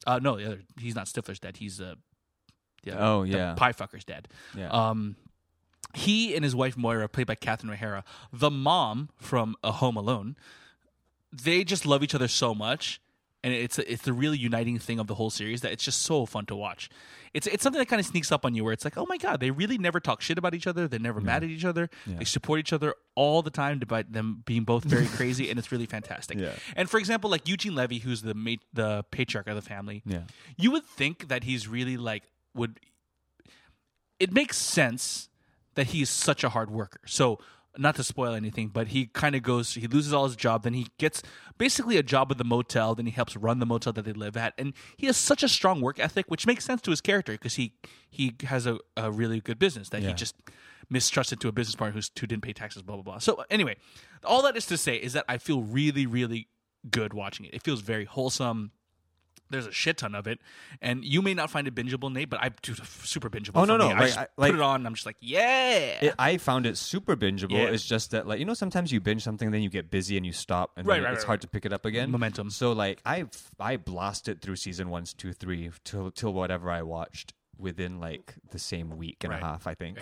Speaker 3: uh no the other, he's not stifler's dad he's uh the-
Speaker 2: Oh,
Speaker 3: the
Speaker 2: yeah.
Speaker 3: pie fucker's dad
Speaker 2: Yeah.
Speaker 3: um he and his wife moira played by catherine o'hara the mom from a home alone they just love each other so much and it's it's the really uniting thing of the whole series that it's just so fun to watch. It's it's something that kind of sneaks up on you where it's like, oh my god, they really never talk shit about each other. They're never mad at each other. They support each other all the time, despite them being both very crazy, and it's really fantastic.
Speaker 2: Yeah.
Speaker 3: And for example, like Eugene Levy, who's the ma- the patriarch of the family,
Speaker 2: Yeah.
Speaker 3: you would think that he's really like would. It makes sense that he is such a hard worker. So not to spoil anything, but he kind of goes, he loses all his job, then he gets basically a job with the motel, then he helps run the motel that they live at, and he has such a strong work ethic, which makes sense to his character because he he has a, a really good business that he
Speaker 2: Yeah.
Speaker 3: just mistrusted to a business partner who's, who didn't pay taxes, blah blah blah. So anyway, all that is to say is that I feel really really good watching it. It feels very wholesome. There's a shit ton of it, and you may not find it bingeable, Nate, but I dude, super bingeable.
Speaker 2: Oh,
Speaker 3: for
Speaker 2: no,
Speaker 3: me.
Speaker 2: no,
Speaker 3: I
Speaker 2: like,
Speaker 3: just
Speaker 2: I-
Speaker 3: put
Speaker 2: like-
Speaker 3: it on. And I'm just like, yeah,
Speaker 2: It, I found it super bingeable.
Speaker 3: Yeah.
Speaker 2: It's just that, like, you know, sometimes you binge something, then you get busy and you stop, and
Speaker 3: Right,
Speaker 2: then
Speaker 3: right,
Speaker 2: it's
Speaker 3: right,
Speaker 2: hard to pick it up again.
Speaker 3: Momentum.
Speaker 2: So, like, I f- I blasted through season ones, two, three, till till whatever I watched within like the same week and
Speaker 3: Right.
Speaker 2: a half, I think.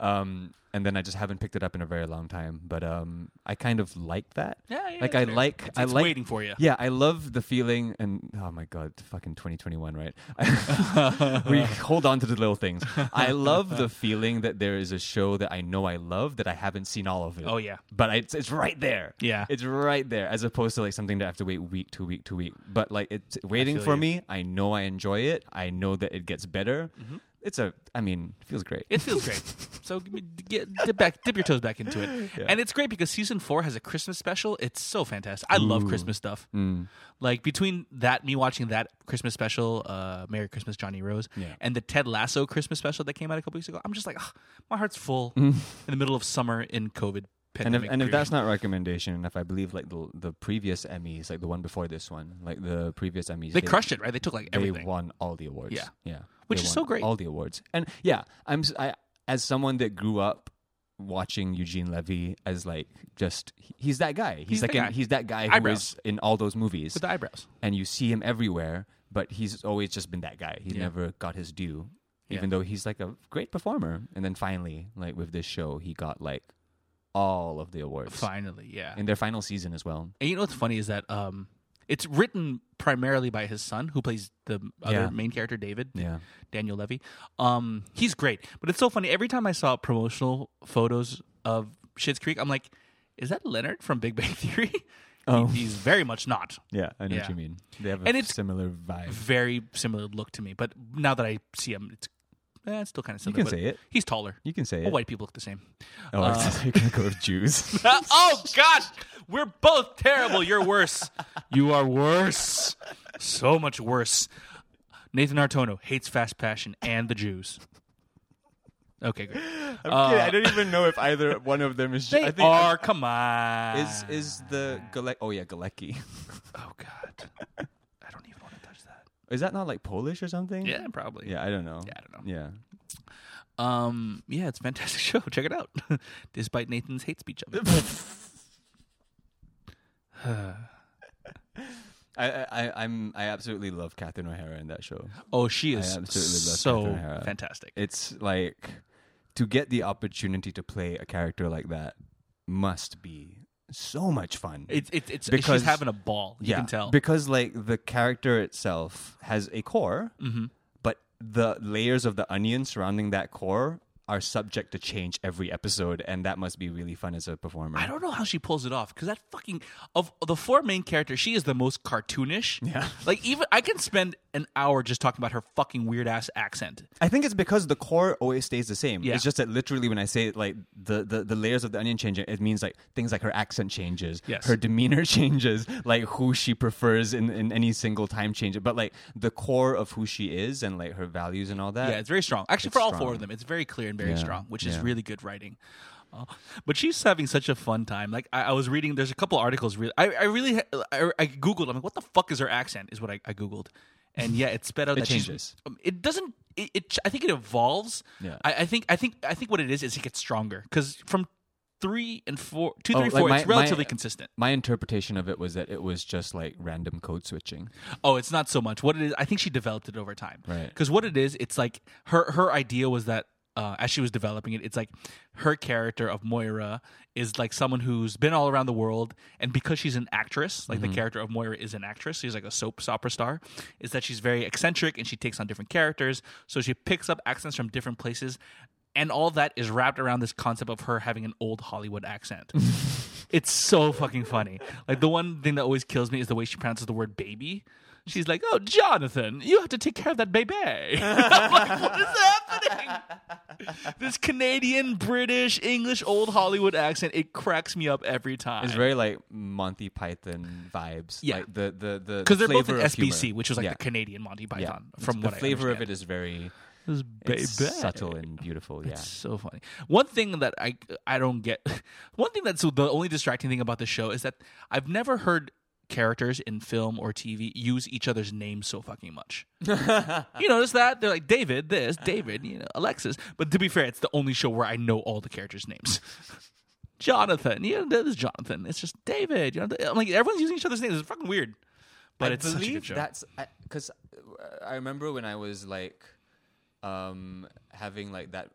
Speaker 2: Um, and then I just haven't picked it up in a very long time. But um, I kind of like that.
Speaker 3: Yeah, yeah,
Speaker 2: Like
Speaker 3: it's
Speaker 2: I
Speaker 3: fair.
Speaker 2: like
Speaker 3: It's-
Speaker 2: I
Speaker 3: it's
Speaker 2: like
Speaker 3: waiting for you.
Speaker 2: Yeah, I love the feeling, and oh my god, fucking 2021, right? we hold on to the little things. I love the feeling that there is a show that I know I love that I haven't seen all of it.
Speaker 3: Oh, yeah.
Speaker 2: but I, it's it's right there.
Speaker 3: Yeah.
Speaker 2: it's right there, as opposed to like something that I have to wait week to week to week. But like it's waiting
Speaker 3: feel
Speaker 2: for
Speaker 3: you.
Speaker 2: me. I know I enjoy it. I know that it gets better.
Speaker 3: Mm-hmm.
Speaker 2: It's a, I mean, it feels great.
Speaker 3: It feels great. so give me- get, dip back, dip your toes back into it, and it's great because season four has a Christmas special. It's so fantastic. I love Christmas stuff.
Speaker 2: Mm.
Speaker 3: Like between that, me watching that Christmas special, uh, "Merry Christmas, Johnny Rose,"
Speaker 2: Yeah.
Speaker 3: and the Ted Lasso Christmas special that came out a couple weeks ago, I'm just like, "Ugh, my heart's full in the middle of summer in COVID
Speaker 2: Mm. and if,
Speaker 3: pandemic.
Speaker 2: and if
Speaker 3: period."
Speaker 2: that's not recommendation, and if I believe like the the previous Emmys, like the one before this one, like the previous Emmys,
Speaker 3: they, crushed it, right? They took like
Speaker 2: They
Speaker 3: everything.
Speaker 2: won all the awards.
Speaker 3: Yeah.
Speaker 2: yeah,
Speaker 3: Which
Speaker 2: They
Speaker 3: is
Speaker 2: won
Speaker 3: so great.
Speaker 2: All the awards, and yeah, I'm s- I as someone that grew up watching Eugene Levy as like just he- he's that guy. He's,
Speaker 3: the
Speaker 2: like in-
Speaker 3: guy.
Speaker 2: he's that guy who is
Speaker 3: Eyebrows.
Speaker 2: in all those movies,
Speaker 3: With the eyebrows.
Speaker 2: and you see him everywhere. But he's always just been that guy. He never got his due, even though he's like a great performer. And then finally, like with this show, he got like all of the awards
Speaker 3: Finally, yeah.
Speaker 2: in their final season as well.
Speaker 3: And you know what's funny is that um, it's written primarily by his son, who plays the other
Speaker 2: Yeah.
Speaker 3: main character, David.
Speaker 2: Yeah.
Speaker 3: Daniel Levy. Um, he's great, but it's so funny. Every time I saw promotional photos of Schitt's Creek, I'm like, is that Leonard from Big Bang Theory? He-
Speaker 2: Oh.
Speaker 3: he's very much not.
Speaker 2: Yeah, I know
Speaker 3: Yeah.
Speaker 2: what you mean. They have a
Speaker 3: And it's-
Speaker 2: similar vibe.
Speaker 3: Very similar look to me, but now that I see him, it's, eh, it's still kind of
Speaker 2: You
Speaker 3: similar.
Speaker 2: can
Speaker 3: but
Speaker 2: say it.
Speaker 3: He's taller.
Speaker 2: You can say
Speaker 3: All
Speaker 2: it.
Speaker 3: white people look the same.
Speaker 2: Oh,
Speaker 3: Uh,
Speaker 2: you're gonna go with Jews.
Speaker 3: Uh, oh gosh, we're both terrible. You're worse. You are worse. So much worse. Nathan Artono hates fast passion and the Jews. Okay, great.
Speaker 2: I don't even know if either one of them is.
Speaker 3: They are. Come on.
Speaker 2: Is is the Gale- Oh yeah, Galecki.
Speaker 3: oh god. I don't even want to touch that.
Speaker 2: Is that not like Polish or something?
Speaker 3: Yeah, probably.
Speaker 2: Yeah, I don't know.
Speaker 3: I don't know.
Speaker 2: Yeah.
Speaker 3: Um. Yeah, it's a fantastic show. Check it out. Despite Nathan's hate speech of it.
Speaker 2: I, I- I I'm I absolutely love Catherine O'Hara in that show.
Speaker 3: Oh, she is
Speaker 2: absolutely love
Speaker 3: so
Speaker 2: Catherine O'Hara.
Speaker 3: fantastic.
Speaker 2: It's like to get the opportunity to play a character like that must be so much fun.
Speaker 3: It's it's it's
Speaker 2: Because-
Speaker 3: she's having a ball. You
Speaker 2: yeah,
Speaker 3: can tell.
Speaker 2: because like the character itself has a core,
Speaker 3: Mm-hmm.
Speaker 2: but the layers of the onion surrounding that core are subject to change every episode, and that must be really fun as a performer.
Speaker 3: I don't know how she pulls it off because that fucking of the four main characters, she is the most cartoonish.
Speaker 2: Yeah.
Speaker 3: Like even I can spend an hour just talking about her fucking weird ass accent.
Speaker 2: I think it's because the core always stays the same.
Speaker 3: Yeah.
Speaker 2: It's just that literally when I say it, like the, the, the layers of the onion change, it means like things like her accent changes,
Speaker 3: Yes.
Speaker 2: her demeanor changes, like who she prefers in, in any single time change. But like the core of who she is and like her values and all that.
Speaker 3: Yeah, it's very strong. Actually, for all four
Speaker 2: strong.
Speaker 3: of them, it's very clear and very
Speaker 2: Yeah,
Speaker 3: strong, which is
Speaker 2: yeah.
Speaker 3: really good writing. Uh, but she's having such a fun time. Like I, I was reading, there's a couple articles. Really, I, I really, ha- I, I googled. I'm like, what the fuck is her accent? Is what I, I googled, and yeah, it sped out.
Speaker 2: It
Speaker 3: that she's-
Speaker 2: changes.
Speaker 3: um, it doesn't. It, it, ch- I think it evolves.
Speaker 2: Yeah.
Speaker 3: I, I think, I think, I think what it is is it gets stronger because from three and four, two,
Speaker 2: Oh,
Speaker 3: three, four,
Speaker 2: like my-
Speaker 3: it's relatively
Speaker 2: my-
Speaker 3: consistent.
Speaker 2: My interpretation of it was that it was just like random code switching.
Speaker 3: Oh, it's not so much. What it is, I think she developed it over time.
Speaker 2: Right.
Speaker 3: Because what it is, it's like her her idea was that uh, as she was developing it, it's like her character of Moira is like someone who's been all around the world, and because she's an actress, like the character of Moira is an actress, she's like a soap opera star, is that she's very eccentric and she takes on different characters, so she picks up accents from different places. And all that is wrapped around this concept of her having an old Hollywood accent. It's so fucking funny. Like the one thing that always kills me is the way she pronounces the word baby. She's like, "Oh, Jonathan, you have to take care of that baby." I'm like, what is happening? This Canadian, British, English, old Hollywood accent—it cracks me up every time.
Speaker 2: It's very like Monty Python vibes.
Speaker 3: Yeah.
Speaker 2: like the the the
Speaker 3: because they're both in
Speaker 2: flavor of
Speaker 3: SBC,
Speaker 2: humor.
Speaker 3: which was like
Speaker 2: Yeah.
Speaker 3: the Canadian Monty
Speaker 2: Yeah.
Speaker 3: Python.
Speaker 2: It's-
Speaker 3: From
Speaker 2: the
Speaker 3: what
Speaker 2: flavor
Speaker 3: I
Speaker 2: of it is very
Speaker 3: is
Speaker 2: it's subtle and beautiful. Yeah,
Speaker 3: So funny. One thing that I I don't get. One thing that's the only distracting thing about the show is that I've never heard characters in film or TV use each other's names so fucking much. you notice that they're like David, this David, you know Alexis. But to be fair, it's the only show where I know all the characters' names. Jonathan, you know this is Jonathan. It's just David. You know, I'm like everyone's using each other's names. It's fucking weird. But
Speaker 2: I
Speaker 3: it's
Speaker 2: believe
Speaker 3: such a good show.
Speaker 2: that's because I remember when I was like um, having like that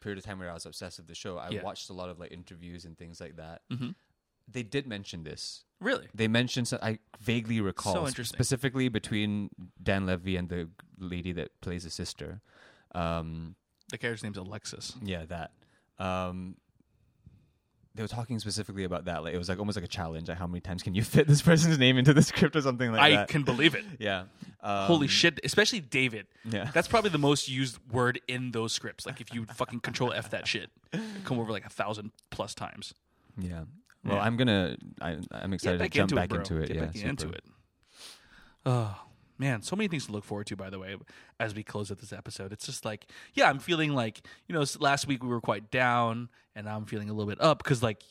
Speaker 2: period of time where I was obsessed with the show. I
Speaker 3: Yeah.
Speaker 2: watched a lot of like interviews and things like that. They did mention this.
Speaker 3: really
Speaker 2: They mentioned so- I vaguely recall
Speaker 3: So
Speaker 2: sp-
Speaker 3: interesting.
Speaker 2: specifically between Dan Levy and the lady that plays his sister. Um,
Speaker 3: the character's name's Alexis.
Speaker 2: yeah, that. Um, they were talking specifically about that. Like it was like almost like a challenge. Like how many times can you fit this person's name into the script or something like
Speaker 3: I
Speaker 2: that?
Speaker 3: can believe it.
Speaker 2: yeah. Um,
Speaker 3: Holy shit! Especially David.
Speaker 2: Yeah.
Speaker 3: that's probably the most used word in those scripts. Like if you fucking control F that shit, it'd come over like a thousand plus times.
Speaker 2: Yeah. Well,
Speaker 3: Yeah.
Speaker 2: I'm gonna. I, I'm
Speaker 3: Get
Speaker 2: excited to jump back
Speaker 3: bro.
Speaker 2: into it.
Speaker 3: Get
Speaker 2: yeah,
Speaker 3: back
Speaker 2: super.
Speaker 3: into it. Oh man, so many things to look forward to. By the way, as we close out this episode, it's just like, yeah, I'm feeling like you know, s- last week we were quite down, and now I'm feeling a little bit up because like.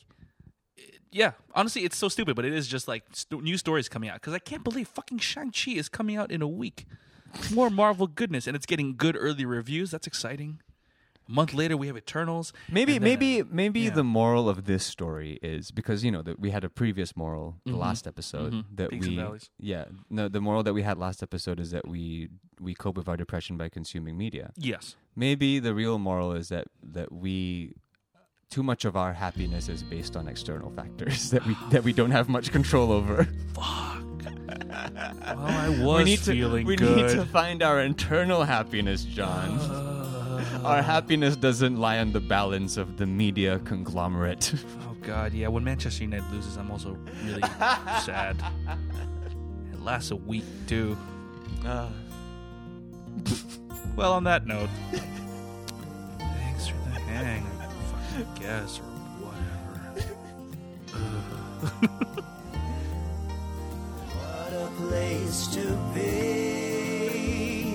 Speaker 3: it- Yeah, honestly, it's so stupid, but it is just like st- new stories coming out because I can't believe fucking Shang Chi is coming out in a week. More Marvel goodness, and it's getting good early reviews. That's exciting. A month later, we have Eternals.
Speaker 2: Maybe,
Speaker 3: and then-
Speaker 2: maybe, maybe
Speaker 3: yeah.
Speaker 2: the moral of this story is because you know that we had a previous moral the last episode that
Speaker 3: Peaks
Speaker 2: we
Speaker 3: and valleys.
Speaker 2: yeah no the moral that we had last episode is that we we cope with our depression by consuming media.
Speaker 3: yes,
Speaker 2: Maybe the real moral is that that we too much of our happiness is based on external factors that we that we don't have much control over.
Speaker 3: well, Oh, I was
Speaker 2: Uh, we need to
Speaker 3: feeling
Speaker 2: we
Speaker 3: good. Uh.
Speaker 2: need to find our internal happiness, John. our happiness doesn't lie on the balance of the media conglomerate.
Speaker 3: Oh God, yeah. When Manchester United loses, I'm also really sad. It lasts a week too. Uh, Well, on that note, thanks for the hang. I fucking guess or whatever.
Speaker 1: What a place to be.